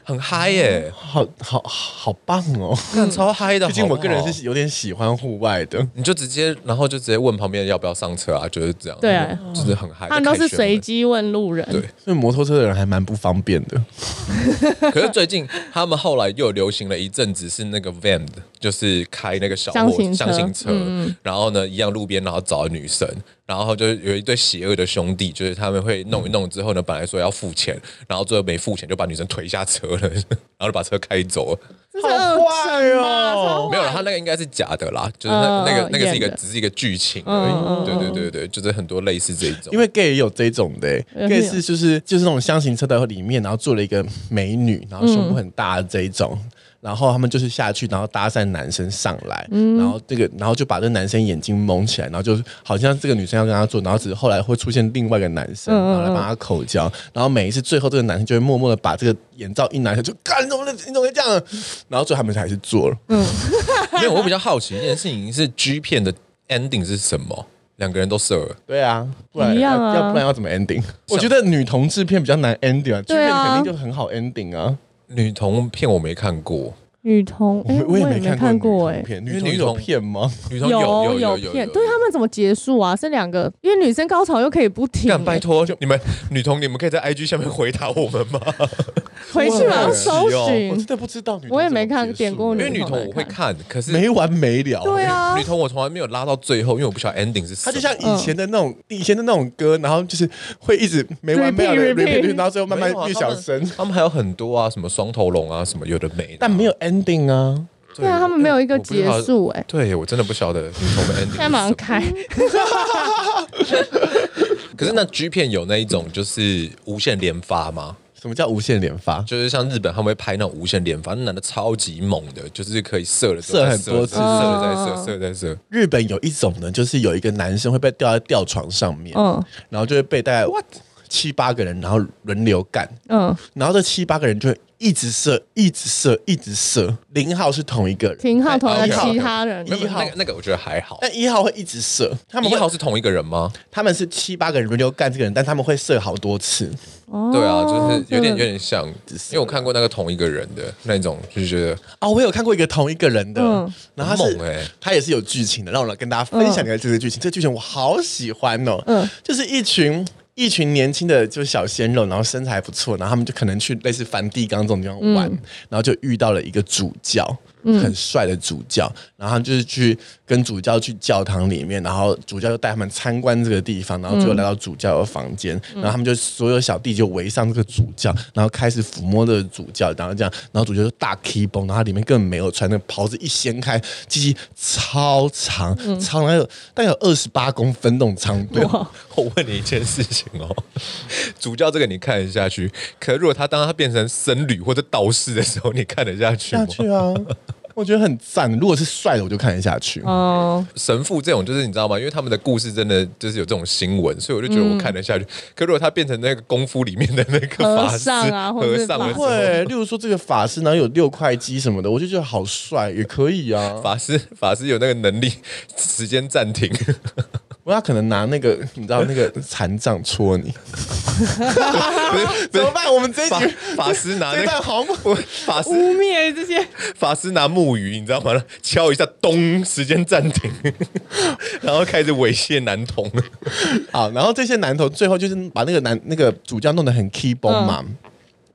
Speaker 1: 很嗨耶、
Speaker 3: 好好好棒哦！
Speaker 1: 看超嗨的。
Speaker 3: 毕竟我
Speaker 1: 好不
Speaker 3: 个
Speaker 1: 好
Speaker 3: 人是有点喜欢户外的，
Speaker 1: 你就直接，然后就直接问旁边人要不要上车啊，就是这样。
Speaker 2: 对啊
Speaker 1: 就是很嗨。
Speaker 2: 他们都是
Speaker 1: 就凯旋
Speaker 2: 随
Speaker 1: 门
Speaker 2: 机问路人。
Speaker 1: 对
Speaker 3: 所以摩托车的人还蛮不方便的。
Speaker 1: 可是最近他们后来又流行了一阵子是那个 van 的，就是开那个小货
Speaker 2: 箱型车嗯
Speaker 1: 箱型车，然后呢一样路边然后找女生，然后就是有一对邪恶的兄弟，就是他们会弄一弄之后呢，本来说要付钱，然后最后没付钱就把女生推下车了， 然后就把车开走了。
Speaker 2: 这是
Speaker 3: 好
Speaker 2: 恶
Speaker 3: 坏
Speaker 2: 整吧
Speaker 3: 哦！
Speaker 1: 没有了，他那个应该是假的啦，就是那
Speaker 2: 嗯
Speaker 1: 那个那个是一
Speaker 2: 演
Speaker 1: 个
Speaker 2: 的
Speaker 1: 只是一个剧情而
Speaker 2: 嗯
Speaker 1: 已。对对对对，就是很多类似这一 种
Speaker 3: 因。为 gay 也有这种的、
Speaker 2: 嗯
Speaker 3: g a y 是就是就是那种箱型车的里面，然后坐了一个美女，然后胸部很大的这一种。然后他们就是下去，然后搭讪男生上来，然后这个，然后就把这个男生眼睛蒙起来，然后就是好像这个女生要跟他做，然后只是后来会出现另外一个男生，然后来帮他口交，然后每一次最后这个男生就会默默的把这个眼罩一拿下，就干，你怎么能你怎么会这样？然后最后他们还是做了，
Speaker 1: 没有，我比较好奇一件事情是 G 片的 ending 是什么？两个人都射了。
Speaker 3: 对啊，不然
Speaker 2: 一样啊
Speaker 3: 要要不然要怎么 ending？我觉得女同志片比较难 ending 啊，剧
Speaker 2: 对
Speaker 3: 片
Speaker 2: 啊
Speaker 3: 肯定就很好 ending 啊。
Speaker 1: 女童片我没看过，
Speaker 2: 女童，哎，
Speaker 3: 我
Speaker 2: 也
Speaker 3: 也
Speaker 2: 没
Speaker 3: 没
Speaker 2: 看
Speaker 3: 过
Speaker 2: 哎。
Speaker 3: 片，
Speaker 1: 因
Speaker 3: 女
Speaker 1: 为
Speaker 3: 同
Speaker 1: 女
Speaker 3: 有
Speaker 1: 同
Speaker 3: 片吗？
Speaker 1: 女童有有
Speaker 2: 有
Speaker 1: 有
Speaker 2: 片，对他们怎么结束啊？是两个，因为女生高潮又可以不停，哎
Speaker 1: 干拜托你们女童，你们可以在 IG 下面回答我们吗？
Speaker 2: 回去马上
Speaker 1: 哦
Speaker 2: 搜
Speaker 3: 哦我
Speaker 2: 寻
Speaker 3: 真。的不知道女同怎么结束。
Speaker 2: 我也没看点过
Speaker 1: 因
Speaker 2: 女
Speaker 1: 为女童我会看，可是
Speaker 3: 没完没了。
Speaker 2: 对啊
Speaker 1: 女，童我从来没有拉到最后，因为我不晓得 ending 是什
Speaker 3: 它
Speaker 1: 么。
Speaker 3: 就像以前的那种，以前的那种歌，然后就是会一直没完没了的
Speaker 2: Repeat, repeat
Speaker 3: repeat，然后最后慢慢
Speaker 1: 没有啊
Speaker 3: 变小声
Speaker 1: 他，们他们还有很多啊，什么双头龙啊，什么有的没的啊，
Speaker 3: 但没有 ending 啊。
Speaker 2: 对啊，他们没有一个
Speaker 1: 我不
Speaker 2: 结。
Speaker 1: 知道
Speaker 2: 束哎。
Speaker 1: 对，我真的不晓得女童的 ending 是
Speaker 2: 现在马上
Speaker 1: 什么
Speaker 2: 开，
Speaker 1: 可是那 G 片有那一种就是无限连发吗？
Speaker 3: 什么叫无限连发？
Speaker 1: 就是像日本他们会拍那种无限连发，那男的超级猛的，就是可以射了之后
Speaker 3: 射
Speaker 1: 再
Speaker 3: 很多次
Speaker 1: 射了再
Speaker 2: 嗯
Speaker 1: 射，射了再射。
Speaker 3: 日本有一种呢，就是有一个男生会被吊在吊床上面，
Speaker 2: 嗯
Speaker 3: 然后就会被大概七八个人，然后轮流干，
Speaker 2: 嗯，
Speaker 3: 然后这七八个人就会一直射，一直射，一直射。零号是同一个人，
Speaker 2: 停号头的
Speaker 1: 哎好
Speaker 2: 其他人，
Speaker 1: 没有没有
Speaker 3: 一号
Speaker 1: 那个那个我觉得还好。
Speaker 3: 但一号会一直射，哎他们
Speaker 1: 一
Speaker 3: 会
Speaker 1: 号是同一个人吗？
Speaker 3: 他们是七八个人轮流干这个人，但他们会射好多次。
Speaker 2: 哦
Speaker 1: 对啊，就是有点有
Speaker 2: 这个
Speaker 1: 点像，因为我看过那个同一个人的那种，就觉得
Speaker 3: 哦，我有看过一个同一个人的，
Speaker 2: 嗯
Speaker 3: 然后他是
Speaker 1: 很猛欸
Speaker 3: 他也是有剧情的，让我来跟大家分享一下这个剧情。这剧情我好喜欢哦，
Speaker 2: 嗯
Speaker 3: 就是一群。一群年轻的就是小鲜肉，然后身材不错，然后他们就可能去类似梵蒂冈这种地方玩，
Speaker 2: 嗯
Speaker 3: 然后就遇到了一个主教，很帅的主教，然后他们就是去跟主教去教堂里面，然后主教就带他们参观这个地方，然后最后来到主教的房间，然后他们就所有小弟就围上这个主教，然后开始抚摸这个主教，然后这样，然后主教就大 K 绷，然后他里面根本没有穿，那个袍子一掀开，鸡鸡超长，长了有大概有二十八公分那种长度，
Speaker 2: 哦
Speaker 1: 我问你一件事情哦，主教这个你看得下去，可如果他当他变成僧侣或者道士的时候，你看得下去
Speaker 3: 下
Speaker 1: 吗？
Speaker 3: 去啊，我觉得很赞。如果是帅的，我就看得下去。
Speaker 2: 哦，
Speaker 1: 神父这种就是你知道吗？因为他们的故事真的就是有这种新闻，所以我就觉
Speaker 2: 嗯
Speaker 1: 得我看得下去。可如果他变成那个功夫里面的那个法
Speaker 2: 和
Speaker 1: 师、
Speaker 2: 尚啊或者
Speaker 1: 和
Speaker 2: 是
Speaker 1: 尚的时候，
Speaker 3: 会，例如说这个法师，然后有六块肌什么的，我就觉得好帅，也可以啊。
Speaker 1: 法师法师有那个能力，时间暂停。
Speaker 3: 我他可能拿那个， 你知道那个残杖戳你， 怎么办？我们这一
Speaker 1: 法
Speaker 3: 集
Speaker 1: 法师拿
Speaker 3: 这
Speaker 1: 那
Speaker 3: 一段
Speaker 1: 个
Speaker 3: 好猛，
Speaker 1: 法师
Speaker 2: 污蔑这些，
Speaker 1: 法师拿木鱼，你知道吗？敲一下，咚，时间暂停， 然后开始猥亵男童。
Speaker 3: 好，然后这些男头最后就是把那个男那个主教弄得很 key 崩嘛。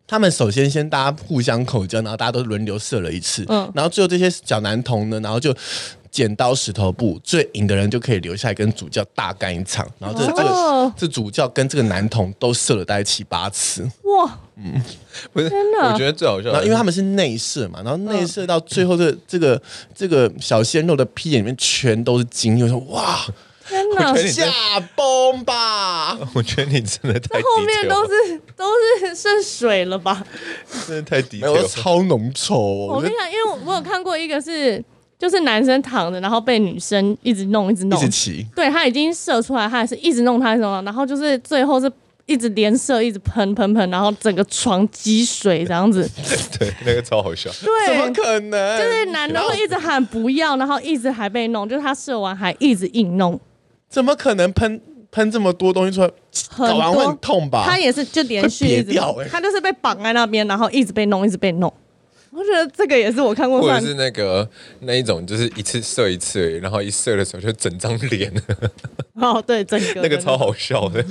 Speaker 3: 他们首先先大家互相口交，然后大家都轮流射了一次，
Speaker 2: 嗯
Speaker 3: 然后最后这些小男童呢，然后就剪刀石头布，最赢的人就可以留下来跟主教大干一场。然后这、这个
Speaker 2: 哦
Speaker 3: 这主教跟这个男童都射了大概七八次，
Speaker 2: 哇，
Speaker 1: 不是，
Speaker 2: 真的
Speaker 1: 我觉得最好笑
Speaker 3: 然
Speaker 1: 的
Speaker 3: 后
Speaker 1: 是，
Speaker 3: 因为他们是内射嘛，然后内射到最后这这个这个小鲜肉的屁眼里面全都是精液，我说哇，
Speaker 2: 天哪！
Speaker 1: 觉得你
Speaker 3: 下崩 吧！ 哎
Speaker 1: 我觉得你真的太
Speaker 2: 后面
Speaker 1: detail
Speaker 2: 都
Speaker 1: 了
Speaker 2: 是都是剩水了吧？
Speaker 1: 真的太低
Speaker 3: 没有，我超浓稠哦，
Speaker 2: 我
Speaker 3: 我
Speaker 2: 跟
Speaker 3: 觉
Speaker 2: 你
Speaker 3: 得
Speaker 2: 讲，因为我我有看过一个是，就是男生躺着，然后被女生一直弄，一直弄
Speaker 3: 一，直骑。
Speaker 2: 对他已经射出来，他还是一直弄他什么，然后就是最后是一直连射，一直喷喷喷，然后整个床积水这 样子，
Speaker 1: 对，那个超好笑。
Speaker 3: 怎么
Speaker 2: 对。
Speaker 3: 可能？
Speaker 2: 就是男的会一直喊不要，然后一直还被弄，就是他射完还一直硬弄，
Speaker 3: 怎么可能喷喷这么多东西出来，
Speaker 2: 很
Speaker 3: 搞完会
Speaker 2: 多
Speaker 3: 很痛吧？
Speaker 2: 他也是就连续
Speaker 3: 会
Speaker 2: 一
Speaker 3: 瘪
Speaker 2: 直
Speaker 3: 掉欸
Speaker 2: 他就是被绑在那边，然后一直被弄，一直被弄。我觉得这个也是我看过
Speaker 1: 或者
Speaker 2: 蛮
Speaker 1: 是那个那一种，就是一次射一次而已，然后一射的时候就整张 脸，
Speaker 2: 哦，对，整个
Speaker 1: 那个超好笑的。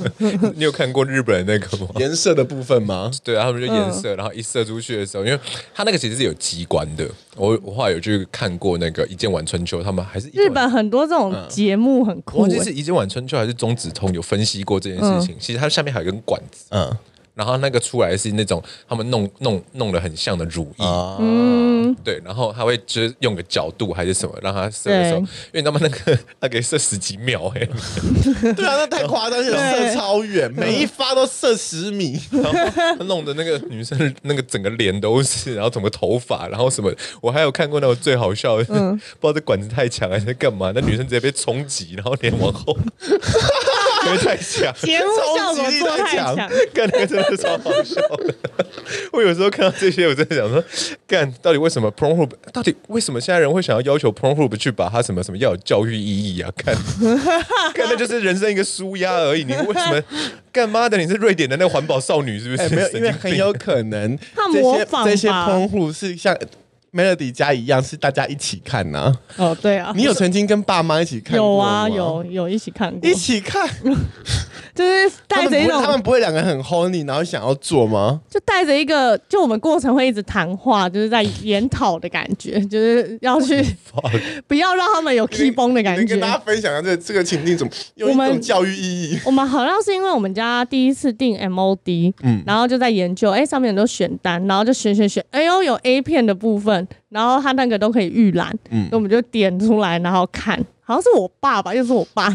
Speaker 1: 你有看过日本的那个吗？
Speaker 3: 颜色的部分吗？
Speaker 1: 对啊，他们就颜
Speaker 2: 嗯
Speaker 1: 色，然后一射出去的时候，因为它那个其实是有机关的。我我后来有去看过那个《一剑晚春秋》，他们还是一剑
Speaker 2: 日
Speaker 1: 晚
Speaker 2: 本很多这种节目很
Speaker 1: 我
Speaker 2: 酷、
Speaker 1: 忘记
Speaker 2: 欸，嗯
Speaker 1: 是《一剑晚春秋》还是《中指通》有分析过这件事情。其实它下面还有一根管子，
Speaker 3: 嗯
Speaker 1: 然后那个出来是那种他们弄弄弄得很像的乳液，
Speaker 3: 啊，
Speaker 2: 嗯
Speaker 1: 对，然后他会就是用个角度还是什么让它射的时候，
Speaker 2: 对
Speaker 1: 因为他们那个 他可以射十几秒哎、
Speaker 3: 对啊，那太夸张，而且射超远，每一发都射十米。
Speaker 1: 他弄的那个女生的那个整个脸都是，然后整个头发，然后什么，我还有看过那种最好笑的， 是不知道这管子太强还是干嘛，那女生直接被冲击，然后脸往后，因为太强，
Speaker 2: 节目效果做太
Speaker 3: 超
Speaker 2: 强
Speaker 3: 级力太，
Speaker 1: 干那个真的超好笑的。 我有时候看到这些，我真的想说，干到底为什么 Pornhub，到底为什么现在人会想要要求 Pornhub 去把它什么什么要有教育意义啊？干，干那就是人生一个舒压而已。你为什么 干妈的？你是瑞典的那个环保少女是不是？
Speaker 3: 哎，没有，
Speaker 1: 神
Speaker 3: 因为
Speaker 1: 经
Speaker 3: 很
Speaker 1: 病
Speaker 3: 有可能
Speaker 2: 他
Speaker 3: 这
Speaker 2: 模
Speaker 3: 些
Speaker 2: 仿吧
Speaker 3: 这些喷户是像 Melody 家一样，是大家一起看呐、
Speaker 2: 哦，对啊，
Speaker 3: 你有曾经跟爸妈一起看
Speaker 2: 有
Speaker 3: 过吗
Speaker 2: 啊，有有一起看过
Speaker 3: 一，起看，
Speaker 2: 就是
Speaker 3: 他
Speaker 2: 带
Speaker 3: 们不
Speaker 2: 着一
Speaker 3: 会他们
Speaker 2: 种，
Speaker 3: 不会两个很 horny，然后想要做吗？
Speaker 2: 就带着一个，就我们过程会一直谈话，就是在研讨的感觉，就是要 去不要让他们有 key 崩的感
Speaker 3: 能跟
Speaker 2: 觉。
Speaker 3: 大家分享一下这这个情境怎么有一
Speaker 2: 我
Speaker 3: 种
Speaker 2: 们
Speaker 3: 教育意义？
Speaker 2: 我们好像是因为我们家第一次订 MOD，
Speaker 3: 嗯
Speaker 2: 然后就在研究，哎、上面很多选单，然后就选选选，哎呦有 A 片的部分，然后它那个都可以预览，
Speaker 3: 嗯
Speaker 2: 嗯，我们就点出来然后看，好像是我爸吧，又是我爸，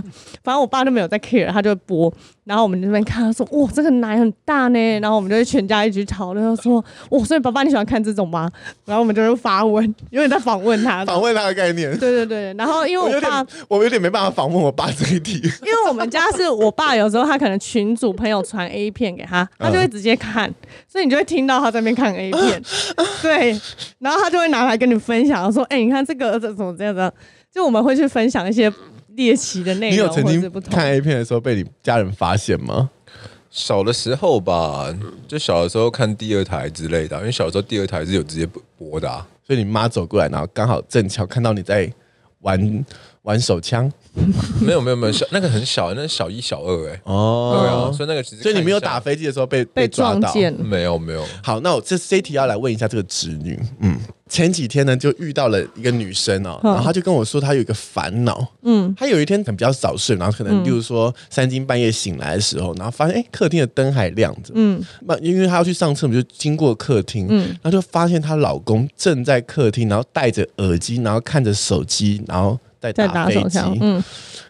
Speaker 2: 反正我爸就没有在 care，他就会播，然后我们这边看，他说哇这个奶很大呢，然后我们就会全家一起讨论，他说哇所以爸爸你喜欢看这种吗？然后我们就会发问，有点在访问他，
Speaker 3: 访问他的概念，
Speaker 2: 对对对，然后因
Speaker 3: 我
Speaker 2: 为
Speaker 3: 有
Speaker 2: 我
Speaker 3: 点
Speaker 2: 爸。
Speaker 3: 我有点没办法访问我爸这一 题。
Speaker 2: 因为我们家是我爸，有时候他可能群主朋友传 A 片给他，他
Speaker 3: 嗯
Speaker 2: 就会直接看，所以你就会听到他在那边看 A 片，对，然后他就会拿来跟你分享，说，哎、你看这个怎么这样的，就我们会去分享一些猎奇的内
Speaker 3: 你
Speaker 2: 容，
Speaker 3: 有曾
Speaker 2: 或者
Speaker 3: 经
Speaker 2: 是不同。
Speaker 3: 看 A 片的时候被你家人发现吗？
Speaker 1: 小的时候吧，就小的时候看第二台之类的啊，因为小时候第二台是有直接播的、啊。
Speaker 3: 所以你妈走过来，然后刚好正巧看到你在玩玩手枪
Speaker 1: 没有没有没有，小那个很小，那是小一小二哎、对啊，
Speaker 3: 哦，
Speaker 1: 所以那个其实
Speaker 3: 所以你没有打
Speaker 1: 看
Speaker 3: 飞机的时候被
Speaker 2: 被
Speaker 3: 抓
Speaker 2: 撞
Speaker 3: 到。嗯
Speaker 2: 见，
Speaker 1: 没有没有，
Speaker 3: 好，那我这这一题要来问一下这个侄女，嗯，前几天呢就遇到了一个女生哦，
Speaker 2: 嗯
Speaker 3: 然后她就跟我说她有一个烦恼，嗯，她有一天可能比较早睡，然后可
Speaker 2: 嗯
Speaker 3: 能例如说三更半夜醒来的时候，然后发现哎客厅的灯还亮着，嗯，那因为她要去上厕所就经过客厅，嗯，然后就发现她老公正在客厅，然后戴着耳机，然后看着手机，然后在
Speaker 2: 在打
Speaker 3: 飞
Speaker 2: 手
Speaker 3: 机
Speaker 2: 枪，，嗯，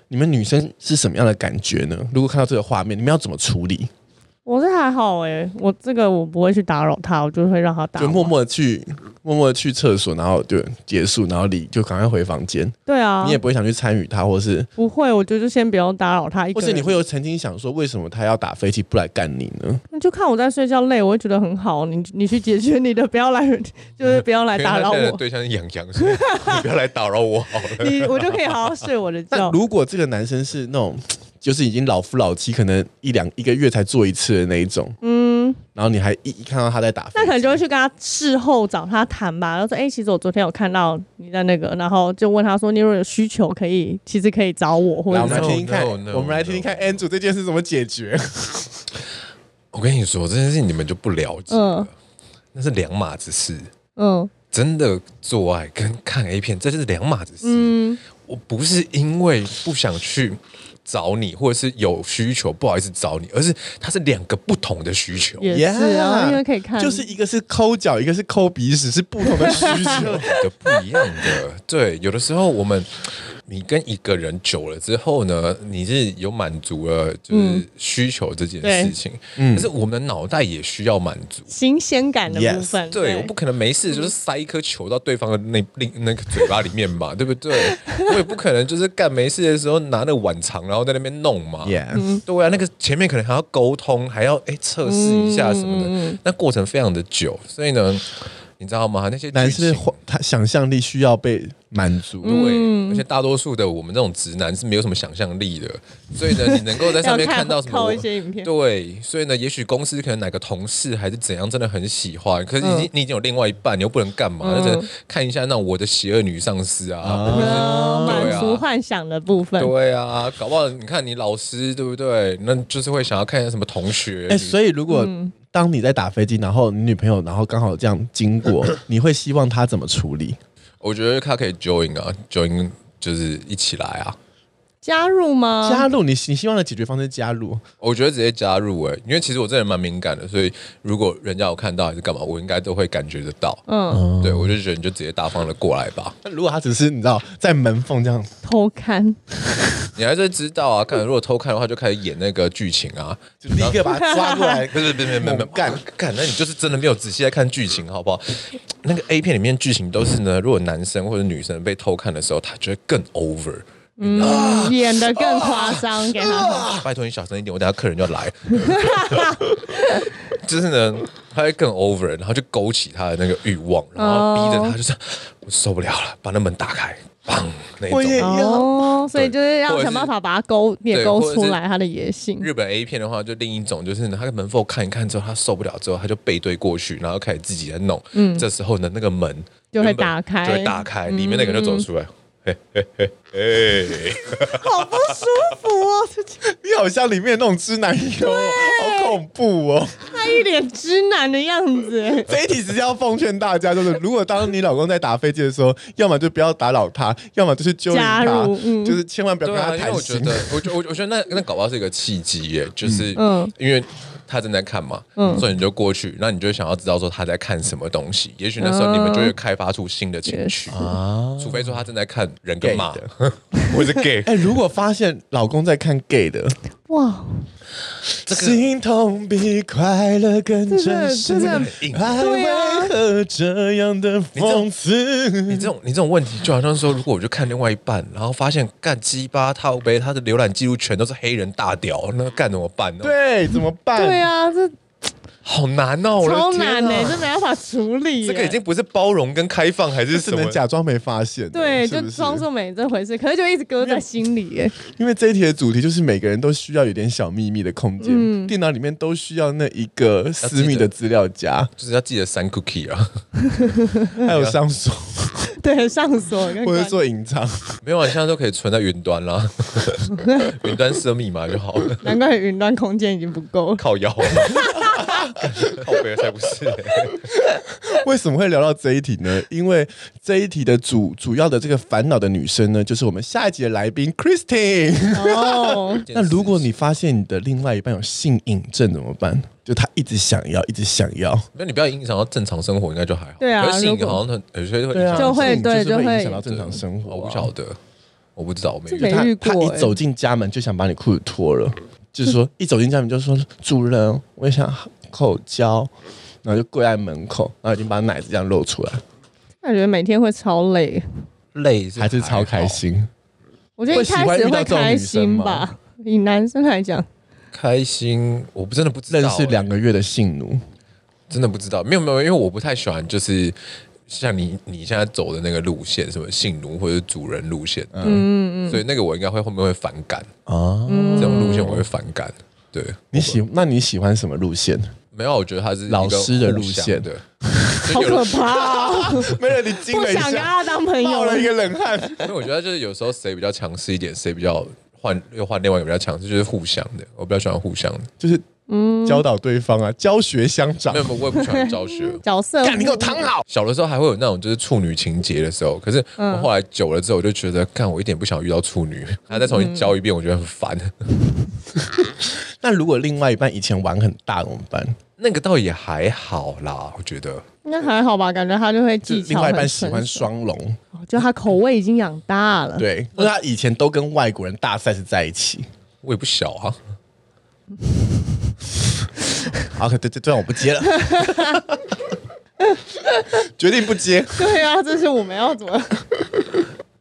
Speaker 3: 你们女生是什么样的感觉呢？如果看到这个画面，你们要怎么处理？
Speaker 2: 我是还好哎、我这个我不会去打扰他，我就会让他打
Speaker 3: 就
Speaker 2: 完。
Speaker 3: 默默地去默默地去厕所，然后就结束，然后离就赶快回房间。
Speaker 2: 对啊，
Speaker 3: 你也不会想去参与他，或是
Speaker 2: 不会，我觉得就先不要打扰他一个
Speaker 3: 或
Speaker 2: 人。
Speaker 3: 是你会有曾经想说，为什么他要打飞机不来干你呢？
Speaker 2: 那就看我在睡觉累，我会觉得很好。你你去解决你的，不要来， 就是不要来打扰
Speaker 1: 因为他现在的
Speaker 2: 我。
Speaker 1: 对象是养羊，所以你不要来打扰我 好了。
Speaker 2: 你我就可以好好 睡我的
Speaker 3: 那
Speaker 2: 觉。
Speaker 3: 如果这个男生是那种就是已经老夫老妻，可能一两一个月才做一次的那一种，嗯，然后你还一一看到他在打飞机，
Speaker 2: 那可能就会去跟他事后找他谈吧，然后说，哎、其实我昨天有看到你在那个，然后就问他说，你如果有需求可以，其实可以找我，或
Speaker 3: 来
Speaker 2: 者
Speaker 3: 我
Speaker 2: 是
Speaker 3: 们来
Speaker 1: 那
Speaker 3: 听听看
Speaker 1: No, no, no,
Speaker 3: 我们来听听看 Andrew 这件事怎么解决。
Speaker 1: 我跟你说这件事情你们就不了解了
Speaker 2: 嗯，
Speaker 1: 那是两码子事。
Speaker 2: 嗯
Speaker 1: 真的做爱跟看 A 片，这是两码子事。
Speaker 2: 嗯，
Speaker 1: 我不是因为不想去找你，或者是有需求不好意思找你，而是它是两个不同的需求，
Speaker 2: 也是啊
Speaker 3: Yeah，
Speaker 2: 因为可以看，
Speaker 3: 就是一个是抠脚，一个是抠鼻屎，是不同的需 求。
Speaker 1: 的不一样的。对，有的时候我们。你跟一个人久了之后呢，你是有满足了
Speaker 2: 嗯
Speaker 1: 就是需求这件事情，但是我们的脑袋也需要满足。
Speaker 2: 新鲜感的
Speaker 3: Yes，
Speaker 2: 部分。
Speaker 1: 对，我不可能没
Speaker 2: 嗯
Speaker 1: 事就是塞一颗球到对方的那另那个嘴巴里面嘛，对不对？我也不可能就是干没事的时候拿那个碗肠，然后在那边弄嘛。
Speaker 3: Yeah，
Speaker 2: 嗯
Speaker 1: 对啊，那个前面可能还
Speaker 2: 嗯
Speaker 1: 要沟通，还要哎测试一下什么的，那过程非常的久，所以呢，你知道吗？那些剧情
Speaker 3: 男生的幻他想象力需要被满足。
Speaker 2: 嗯
Speaker 1: 对，而且大多数的我们这种直男是没有什么想象力的，所以呢，你能够在上面
Speaker 2: 要看
Speaker 1: 看到什么
Speaker 2: 靠一些影片
Speaker 1: 对，所以呢，也许公司可能哪个同事还是怎样，真的很喜欢，可是你已经、你已经有另外一半，你又不能干嘛，
Speaker 2: 嗯
Speaker 1: 就只能看一下那种我的邪恶女上司啊。
Speaker 2: 呃
Speaker 1: 对
Speaker 2: 满
Speaker 1: 啊
Speaker 2: 足幻想的部分。
Speaker 1: 对啊，搞不好你看你老师对不对？那就是会想要看一下什么同学。
Speaker 3: 哎、所以如果
Speaker 2: 嗯
Speaker 3: 当你在打飞机，然后你女朋友然后刚好这样经过，你会希望她怎么处理？
Speaker 1: 我觉得他可以 join 啊，join 就是一起来啊。
Speaker 2: 加入吗？
Speaker 3: 加入你你希望的解决方式加入，
Speaker 1: 我觉得直接加入哎、因为其实我这人蛮敏感的，所以如果人家有看到还是干嘛，我应该都会感觉得到。
Speaker 2: 嗯，
Speaker 1: 对，我就觉得你就直接大方的过来吧，
Speaker 3: 那如果她只是你知道在门缝这样，
Speaker 2: 偷看，
Speaker 1: 你还是知道啊。看，如果偷看的话，就开始演那个剧情啊。
Speaker 3: 就立刻把她抓 过来，
Speaker 1: 不是，不是，不是，不是，干干，那你就是真的没有仔细在看剧情，好不好？那个 A 片里面剧情都是呢，如果男生或者女生被偷看的时候，他就会更 over。啊
Speaker 2: 嗯，演的更夸张，给
Speaker 3: 啊
Speaker 2: 他
Speaker 1: 拜托你小声一点，我等下客人就要来。 就是呢，他会更 over，然后就勾起他的那个欲望，然后逼着
Speaker 3: 哦
Speaker 1: 他就是、我受不了了，把那门打开，砰那
Speaker 3: 我也
Speaker 1: 种。
Speaker 2: 看。哦，所以就是
Speaker 1: 或
Speaker 2: 要
Speaker 1: 者是
Speaker 2: 想办法把他勾，也
Speaker 1: 对
Speaker 2: 勾
Speaker 1: 或者是
Speaker 2: 出来他的野性。
Speaker 1: 日本 A 片的话，就另一种就是他门缝看一看之后，他受不了之后，他就背对过去，然后开始自己在弄。嗯，这时候呢，那个门
Speaker 2: 就会
Speaker 1: 原本
Speaker 2: 打开嗯
Speaker 1: 就会打开，里面那个人就走出来。
Speaker 2: 好不舒服哦，这
Speaker 3: 你好像里面那种知男优，好恐怖哦！
Speaker 2: 他一脸直男的样子。
Speaker 3: 这一题只是要奉劝大家，就是如果当你老公在打飞机的时候，要么就不要打扰他，要么就是揪引
Speaker 2: 加
Speaker 3: 他
Speaker 2: 入，嗯
Speaker 3: 就是千万不要
Speaker 1: 对
Speaker 3: 跟
Speaker 1: 啊，
Speaker 3: 他
Speaker 1: 因为
Speaker 3: 谈
Speaker 1: 我觉
Speaker 3: 心。
Speaker 1: 得，我觉我我觉得那那搞不好是一个契机耶，就是
Speaker 2: 嗯
Speaker 1: 因为他正在看嘛，
Speaker 2: 嗯
Speaker 1: 所以你就过去，那你就想要知道说他在看什么东西，也许那时候你们就
Speaker 2: 嗯
Speaker 1: 会开发出新的情绪啊，除非说他正在看人跟马
Speaker 3: Gay
Speaker 1: 或者是 gay，
Speaker 3: 哎、如果发现老公在看 gay 的，
Speaker 2: 哇，
Speaker 3: 心痛比快乐更真
Speaker 2: 这
Speaker 3: 实
Speaker 2: 个这个，
Speaker 3: 爱
Speaker 2: 对啊
Speaker 3: 为何这样的讽刺？
Speaker 2: 嗯
Speaker 1: 你这种你这种问题，就好像说，如果我就看另外一半，然后发现干鸡巴套杯，他的浏览记录全都是黑人大屌，那干怎么办呢？，
Speaker 3: 对，怎么办？
Speaker 2: 对啊，这
Speaker 1: 好难哦，我的
Speaker 2: 超
Speaker 1: 天啊
Speaker 2: 难欸呢，这没办法处理耶。
Speaker 1: 这个已经不是包容跟开放，还是
Speaker 3: 只
Speaker 1: 什么
Speaker 3: 能？假装没发现，
Speaker 2: 对，
Speaker 3: 是
Speaker 2: 就
Speaker 3: 不是
Speaker 2: 装作没这回事，可是就一直搁在心里耶。
Speaker 3: 因为这一题的主题就是每个人都需要有点小秘密的空间，
Speaker 2: 嗯
Speaker 3: 电脑里面都需要那一个私密的资料夹，
Speaker 1: 就是要记得删 cookie 啊。
Speaker 3: 还有上锁
Speaker 2: 啊 对，啊上锁跟
Speaker 3: 或者
Speaker 2: 关
Speaker 3: 做隐藏。
Speaker 1: 没有啊，现在都可以存在云端啦， 云端设密码就好了。
Speaker 2: 难怪云端空间已经不够了。
Speaker 1: 靠腰、啊， 靠背才不是、
Speaker 3: 为什么会聊到这一题呢？因为这一题的主主要的这个烦恼的女生呢，就是我们下一集的来宾 Christine。
Speaker 2: 哦，
Speaker 3: 那如果你发现你的另外一半有性瘾症怎么办？就他一直想要，一直想要，
Speaker 1: 那你不要影响到正常生活，应该就还好。
Speaker 2: 对啊
Speaker 1: 可是性
Speaker 2: 如果
Speaker 1: 好像很有些会影
Speaker 3: 对啊，
Speaker 1: 响
Speaker 2: 就会
Speaker 3: 性瘾就是
Speaker 2: 对就
Speaker 3: 会
Speaker 2: 会
Speaker 3: 影响到正常生活啊、
Speaker 1: 我不晓得，我不知道，我没
Speaker 2: 这
Speaker 1: 遇
Speaker 2: 没
Speaker 1: 到。
Speaker 3: 他
Speaker 2: 遇过
Speaker 3: 他
Speaker 2: 欸
Speaker 3: 一走进家门就想把你裤子脱了，就是说一走进家门就说主人，我也想口交，然后就跪在门口，然后已经把奶子这样露出来，
Speaker 2: 感觉每天会超累。
Speaker 1: 累是
Speaker 3: 还是超
Speaker 1: 好
Speaker 3: 开，心。
Speaker 2: 我觉得一开
Speaker 3: 会喜
Speaker 2: 始
Speaker 3: 欢遇到
Speaker 2: 会
Speaker 3: 这种
Speaker 2: 开
Speaker 3: 女生
Speaker 2: 心
Speaker 3: 吗
Speaker 2: 吧，以男生来讲，
Speaker 1: 开心，我不真的不知道、欸
Speaker 3: 认识两个月的性奴，
Speaker 1: 真的不知道，没有没有，因为我不太喜欢就是。像你你现在走的那个路线，什么性奴或者主人路线，嗯嗯，嗯所以那个我应该会后面会反感
Speaker 3: 啊
Speaker 1: 这种路线，我会反感。对，
Speaker 3: 你喜那你喜欢什么路线？
Speaker 1: 没有，我觉得他是一个
Speaker 3: 老师的路
Speaker 1: 互
Speaker 3: 线
Speaker 1: 相的，
Speaker 2: 好可怕哦，
Speaker 3: 没有，你惊
Speaker 2: 不想跟他当朋友了。嗯
Speaker 3: 个冷汗。
Speaker 1: 因为我觉得就是有时候谁比较强势一点，谁比较换又换另外一个比较强势，就是互相的。我比较喜欢互相的，
Speaker 3: 就是教导对方啊，教学相长
Speaker 1: 没。有，没有我也不喜欢教学。
Speaker 2: 角色，
Speaker 3: 干，你给我躺
Speaker 2: 嗯
Speaker 3: 好！
Speaker 1: 小的时候还会有那种就是处女情节的时候，可是我后来久了之后，我就觉得，干我一点不想遇到处女，还要再重新教一遍，我觉得很烦。
Speaker 2: 嗯
Speaker 3: 那如果另外一半以前玩很大怎么办？
Speaker 1: 那个倒也还好啦，我觉得。
Speaker 2: 应该还好吧？感觉他就会技
Speaker 3: 就另
Speaker 2: 巧
Speaker 3: 外一
Speaker 2: 很
Speaker 3: 半
Speaker 2: 成
Speaker 3: 喜
Speaker 2: 熟。
Speaker 3: 欢双龙，
Speaker 2: 就他口味已经养大了。
Speaker 3: 对，因为他以前都跟外国人大 size 在一起。
Speaker 1: 我也不小啊，
Speaker 3: 好，对对，这段我不接了， 决定不接。
Speaker 2: 对啊，这是我们要怎么？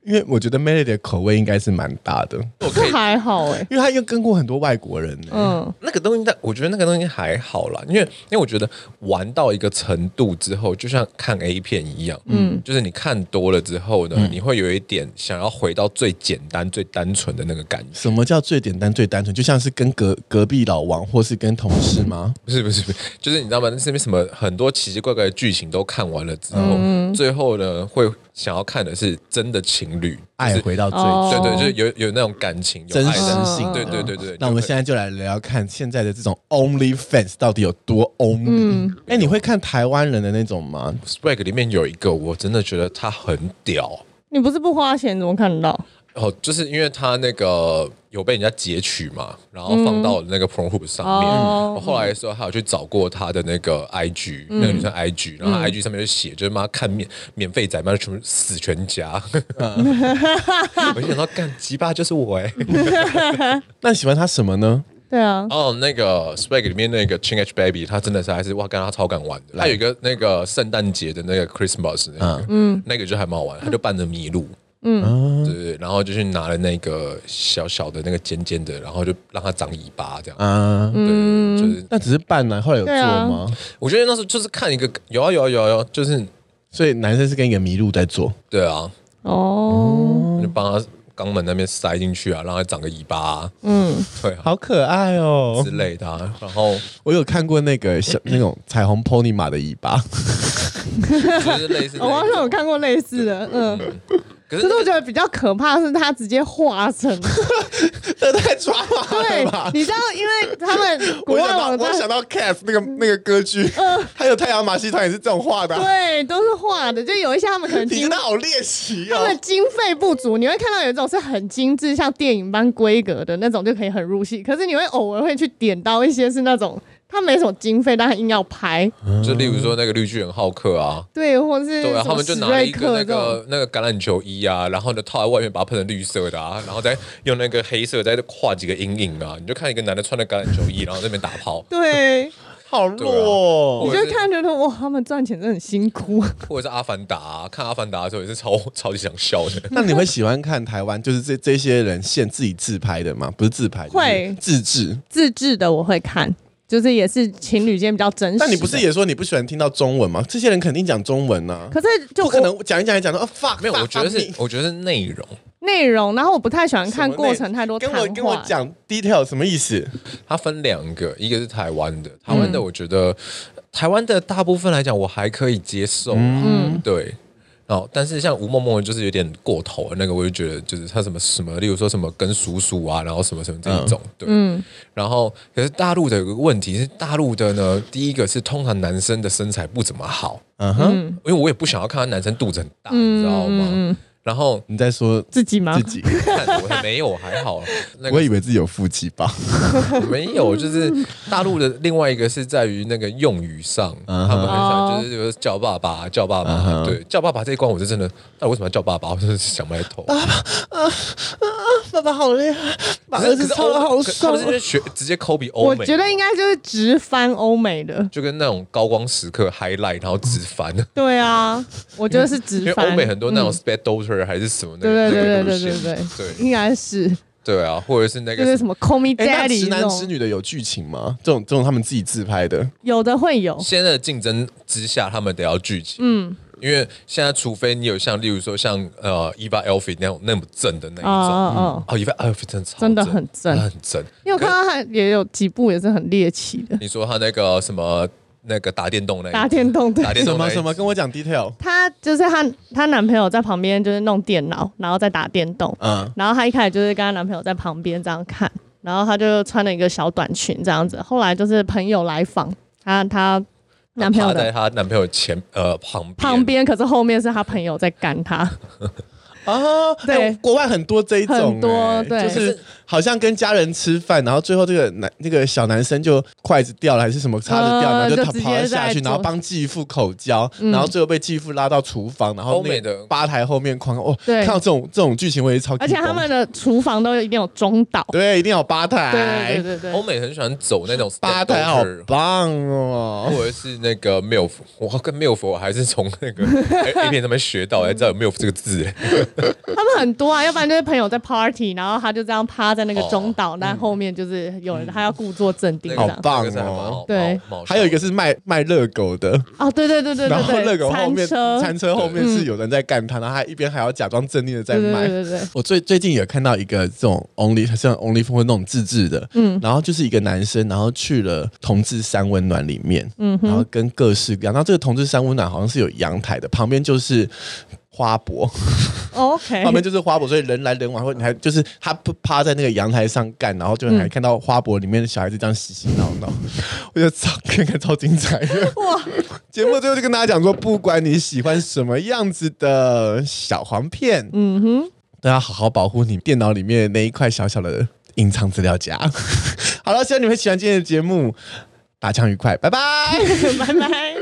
Speaker 3: 因为我觉得 Melody 的口味应该是蛮大的，
Speaker 1: 我可以
Speaker 2: 这还好哎、
Speaker 3: 因为他又跟过很多外国人、呢。
Speaker 2: 嗯，
Speaker 1: 那个东西，但我觉得那个东西还好啦，因为因为我觉得玩到一个程度之后，就像看 A 片一样，嗯，就是你看多了之后呢，你会有一点想要回到最简单、最单纯的那个感觉。
Speaker 3: 什么叫最简单最单纯？就像是跟隔隔壁老王，或是跟同事吗？
Speaker 1: 不是不是不是，就是你知道吗？那身边什么很多奇奇怪怪的剧情都看完了之后，最后呢会想要看的是真的情侣，
Speaker 3: 爱
Speaker 1: 就是
Speaker 3: 回到最、
Speaker 2: 哦
Speaker 1: 对对，就是有有那种感
Speaker 2: 嗯
Speaker 1: 情，有
Speaker 3: 真
Speaker 1: 爱
Speaker 3: 实
Speaker 1: 的。
Speaker 3: 性的。
Speaker 1: 对对对对，
Speaker 3: 那我们现在就来聊聊看现在的这种 Only Fans 到底有
Speaker 2: 嗯
Speaker 3: 多 Only。哎、你会看台湾人的那种吗？
Speaker 1: Swag 里面有一个，我真的觉得他很屌。
Speaker 2: 你不是不花钱怎么看得到？
Speaker 1: 哦，就是因为他那个有被人家截取嘛，然后放到那个 Pornhub 上面。
Speaker 2: 哦
Speaker 1: 我后来的时候，还有去找过他的那个 IG，、那个女生 IG，然后她 IG 上面就写，就是妈看免免费仔，妈全部死全家。 我就想到干鸡巴就是我哎、
Speaker 3: 那你喜欢他什么呢？
Speaker 2: 对啊，
Speaker 1: 哦，那个 Swag 里面那个 Ching H Baby，他真的是还是哇，跟他超敢玩的。他有一个那个圣诞节的那个 Christmas，那个、嗯，那个就还蛮好玩，他就扮着麋鹿。嗯，对对对，然后就去拿了那个小小的那个尖尖的，然后就让它长尾巴这样。
Speaker 3: 啊，
Speaker 1: 对，
Speaker 2: 嗯
Speaker 1: 就是
Speaker 3: 那只是扮男，后来有做
Speaker 2: 对啊
Speaker 3: 吗？
Speaker 1: 我觉得那时候就是看一个有啊有啊有啊有啊，就是
Speaker 3: 所以男生是跟一个麋鹿在做。
Speaker 1: 对啊，
Speaker 2: 哦，
Speaker 1: 就帮他肛门那边塞进去啊，让它长个尾巴、啊，
Speaker 2: 嗯，
Speaker 1: 对啊
Speaker 3: 好可爱哦
Speaker 1: 之！类的、啊。然后
Speaker 3: 我有看过那 个小那种彩虹 pony 马的尾 巴，
Speaker 1: 就是类似那
Speaker 2: 哦我好像有
Speaker 1: 种，
Speaker 2: 看过类似的，嗯，
Speaker 1: 可
Speaker 2: 可
Speaker 1: 是
Speaker 2: 是
Speaker 1: 那
Speaker 2: 我
Speaker 1: 个
Speaker 2: 觉得比较可怕的是它直接化 成，
Speaker 3: 这太抓马
Speaker 2: 对
Speaker 3: 了吧，？
Speaker 2: 你知道，因为他们国
Speaker 3: 我
Speaker 2: 外
Speaker 3: 想到
Speaker 2: 网
Speaker 3: 我
Speaker 2: 站
Speaker 3: 想到 Cats 那个那个歌剧，
Speaker 2: 嗯
Speaker 3: 还有太阳马戏团也是这种画的啊、
Speaker 2: 对都是画的，就有一些他们可能
Speaker 3: 你
Speaker 2: 经
Speaker 3: 真的好猎奇
Speaker 2: 他
Speaker 3: 哦
Speaker 2: 们！经费不足，你会看到有一种是很精致，像电影般规格的那种，就可以很入戏。可是你会偶尔会去点到一些是那种他没什么经费，但他硬要拍，
Speaker 1: 就例如说那个绿巨人浩克啊，
Speaker 2: 对，或者是
Speaker 1: 对啊，
Speaker 2: 什
Speaker 1: 他
Speaker 2: 么
Speaker 1: 们就
Speaker 2: 史
Speaker 1: 拿了
Speaker 2: 瑞
Speaker 1: 一个
Speaker 2: 克
Speaker 1: 那
Speaker 2: 这种。
Speaker 1: 个那个橄榄球衣啊，然后呢套在外面，把它喷成绿色的啊，然后再用那个黑色再画几个阴影啊，你就看一个男的穿着橄榄球衣，然后在那边打炮，
Speaker 2: 对，
Speaker 3: 好弱、
Speaker 2: 你
Speaker 1: 对啊
Speaker 3: 哦，
Speaker 2: 就会看觉得哇，他们赚钱真的很辛苦。
Speaker 1: 或者是阿凡达、啊，看阿凡达的时候也是超超级想笑的。
Speaker 3: 那你会喜欢看台湾就是这这些人现自己自拍的吗？不是自拍，就是
Speaker 2: 会
Speaker 3: 自制。
Speaker 2: 自制的我会看，就是也是情侣间比较真实。
Speaker 3: 但你不是？也说你不喜欢听到中文吗？这些人肯定讲中文呐、啊，
Speaker 2: 可是就
Speaker 3: 不
Speaker 2: 我
Speaker 3: 可能讲一讲一讲到啊 fuck，
Speaker 1: 没有，
Speaker 3: fuck，
Speaker 1: 我觉得
Speaker 3: fuck
Speaker 1: 是
Speaker 3: me
Speaker 1: 我觉得是内容，
Speaker 2: 内容，然后我不太喜欢看
Speaker 3: 什么
Speaker 2: 过
Speaker 3: 内
Speaker 2: 程太多
Speaker 3: 跟
Speaker 2: 谈
Speaker 3: 我
Speaker 2: 话。
Speaker 3: 跟我讲 detail 什么意思？
Speaker 1: 它分两个，一个是台湾的，台湾的我觉得、台湾的大部分来讲我还可以接受、啊，嗯，对。哦，但是像吴梦梦就是有点过头了，那个我就觉得就是他什么什么，例如说什么跟叔叔啊，然后什么什么这一种，对，然后可是大陆的有个问题是，大陆的呢，第一个是通常男生的身材不怎么好，
Speaker 3: 嗯哼，
Speaker 1: 因为我也不想要看到男生肚子很大，你知道吗？然后
Speaker 3: 你在说
Speaker 2: 自己吗
Speaker 3: 自？己，
Speaker 1: 看我还没有还好，那
Speaker 3: 我
Speaker 1: 个
Speaker 3: 以为自己有腹肌吧？
Speaker 1: 没有，就是大陆的另外一个是在于那个用语上，
Speaker 2: 嗯
Speaker 1: 他们很想就是有叫爸爸叫爸爸，对，叫爸爸这一关我是真的，那为什么要叫爸爸？ 我真的是想不开头。
Speaker 2: 啊
Speaker 3: 爸爸好厉害，把
Speaker 1: 可是可是欧可他们是因为学直接抠比欧
Speaker 2: 我
Speaker 1: 美
Speaker 2: 觉。得应该就是直翻欧美的。
Speaker 1: 就跟那种高光时刻 highlight，然后直 翻，
Speaker 2: 对啊，我觉得是直
Speaker 1: 因为
Speaker 2: 翻。
Speaker 1: 欧美很多那种 spec daughter 还是什么那
Speaker 2: 嗯对
Speaker 1: 个
Speaker 2: 对对
Speaker 1: 那个
Speaker 2: 对
Speaker 1: 路线
Speaker 2: 对对对，
Speaker 1: 对
Speaker 2: 应该是
Speaker 1: 对啊，或者是那
Speaker 2: 就
Speaker 1: 个
Speaker 2: 是什么 Call Me
Speaker 3: 哎、那直
Speaker 2: Daddy 那
Speaker 3: 男直
Speaker 2: 种，
Speaker 3: 女的有剧情吗？这种这种他们自己自拍的，
Speaker 2: 有的会有。
Speaker 1: 现在的竞争之下，他们得要聚集。嗯，因为现在除非你有像例如说像呃伊巴 Elfi 那种那么正的那一种，
Speaker 2: 哦哦
Speaker 1: 哦伊巴 Elfi 真的超
Speaker 2: 真的很正
Speaker 1: 很正。
Speaker 2: 因为我看到他也有几部也是很猎奇的，
Speaker 1: 你说他那个什么那个打电动那一
Speaker 2: 打电动对
Speaker 1: 打。电
Speaker 3: 什
Speaker 1: 动那
Speaker 3: 么
Speaker 1: 一
Speaker 3: 什么，跟我讲 detail。
Speaker 2: 她就是她，她男朋友在旁边就是弄电脑，然后再打电动。
Speaker 3: 嗯，
Speaker 2: 然后她一开始就是跟她男朋友在旁边这样看，然后她就穿了一个小短裙这样子。后来就是朋友来访，她她男朋友
Speaker 1: 趴在
Speaker 2: 的
Speaker 1: 她男朋友前呃旁边
Speaker 2: 旁边，可是后面是她朋友在干她。
Speaker 3: 啊，
Speaker 2: 对
Speaker 3: 哎国外很多这一种、
Speaker 2: 很多
Speaker 3: 哎
Speaker 2: 对
Speaker 3: 就是好像跟家人吃饭，然后最后这个男那个小男生就筷子掉了还是什么叉子掉了，
Speaker 2: 嗯
Speaker 3: 然后就
Speaker 2: 就
Speaker 3: 他
Speaker 2: 直接嗯
Speaker 3: 跑了下去，
Speaker 2: 在
Speaker 3: 然后帮继父口交，然后最后被继父拉到厨房，然后
Speaker 1: 欧
Speaker 3: 那
Speaker 1: 美
Speaker 3: 个
Speaker 1: 的
Speaker 3: 吧台后面狂哦，
Speaker 2: 对
Speaker 3: 看到这种这种剧情我也超，
Speaker 2: 而且他们。的厨房都一定有中岛，
Speaker 3: 对，一定要有吧台。
Speaker 2: 对对对对
Speaker 1: 欧
Speaker 2: 对，
Speaker 1: 美很喜欢走那种 step
Speaker 3: 吧台好
Speaker 1: daughter
Speaker 3: 棒哦！
Speaker 1: 或者是那个 milf，我跟 milf 我还是从那个 A A 片上面学到，才知道有 milf 这个字。
Speaker 2: 他们很多啊，要不然就是朋友在 party，然后他就这样趴在那
Speaker 3: 哦
Speaker 2: 个中岛，但后面就是有
Speaker 3: 嗯
Speaker 2: 人他要故作镇定
Speaker 1: 那
Speaker 2: 这
Speaker 1: 个
Speaker 2: 样
Speaker 3: 好。
Speaker 1: 那
Speaker 3: 棒哦
Speaker 1: 个是还蛮好
Speaker 2: 对，
Speaker 1: 蛮好笑的
Speaker 3: 还有一个是卖卖热狗的，
Speaker 2: 哦，对对对对
Speaker 3: 然后
Speaker 2: 对
Speaker 3: 热
Speaker 2: 对，
Speaker 3: 狗后
Speaker 2: 餐
Speaker 3: 面
Speaker 2: 车，嗯
Speaker 3: 餐车后面是有人在干他，然后他一边还要假装镇定的在
Speaker 2: 对对对
Speaker 3: 卖。
Speaker 2: 对对，
Speaker 3: 我最最近有看到一个这种 only 像 only 风那种自制的，嗯，然后就是一个男生，然后去了同志三温暖里面，嗯，然后跟各式各样，然后这个同志三温暖好像是有阳台的，旁边就是花博，
Speaker 2: 哦 OK，
Speaker 3: 旁边就是花博，所以人来人往，或你还就是他不趴在那个阳台上干，然后就还看到花博里面的小孩子这样嬉嬉闹闹， 我觉得超看看超精彩的。
Speaker 2: 哇，
Speaker 3: 节目最后就跟大家讲说，不管你喜欢什么样子的小黄片，
Speaker 2: 嗯哼，
Speaker 3: 都要好好保护你电脑里面那一块小小的隐藏资料夹。 好了，希望你们喜欢今天的节目，打枪愉快，拜拜。
Speaker 2: 拜拜。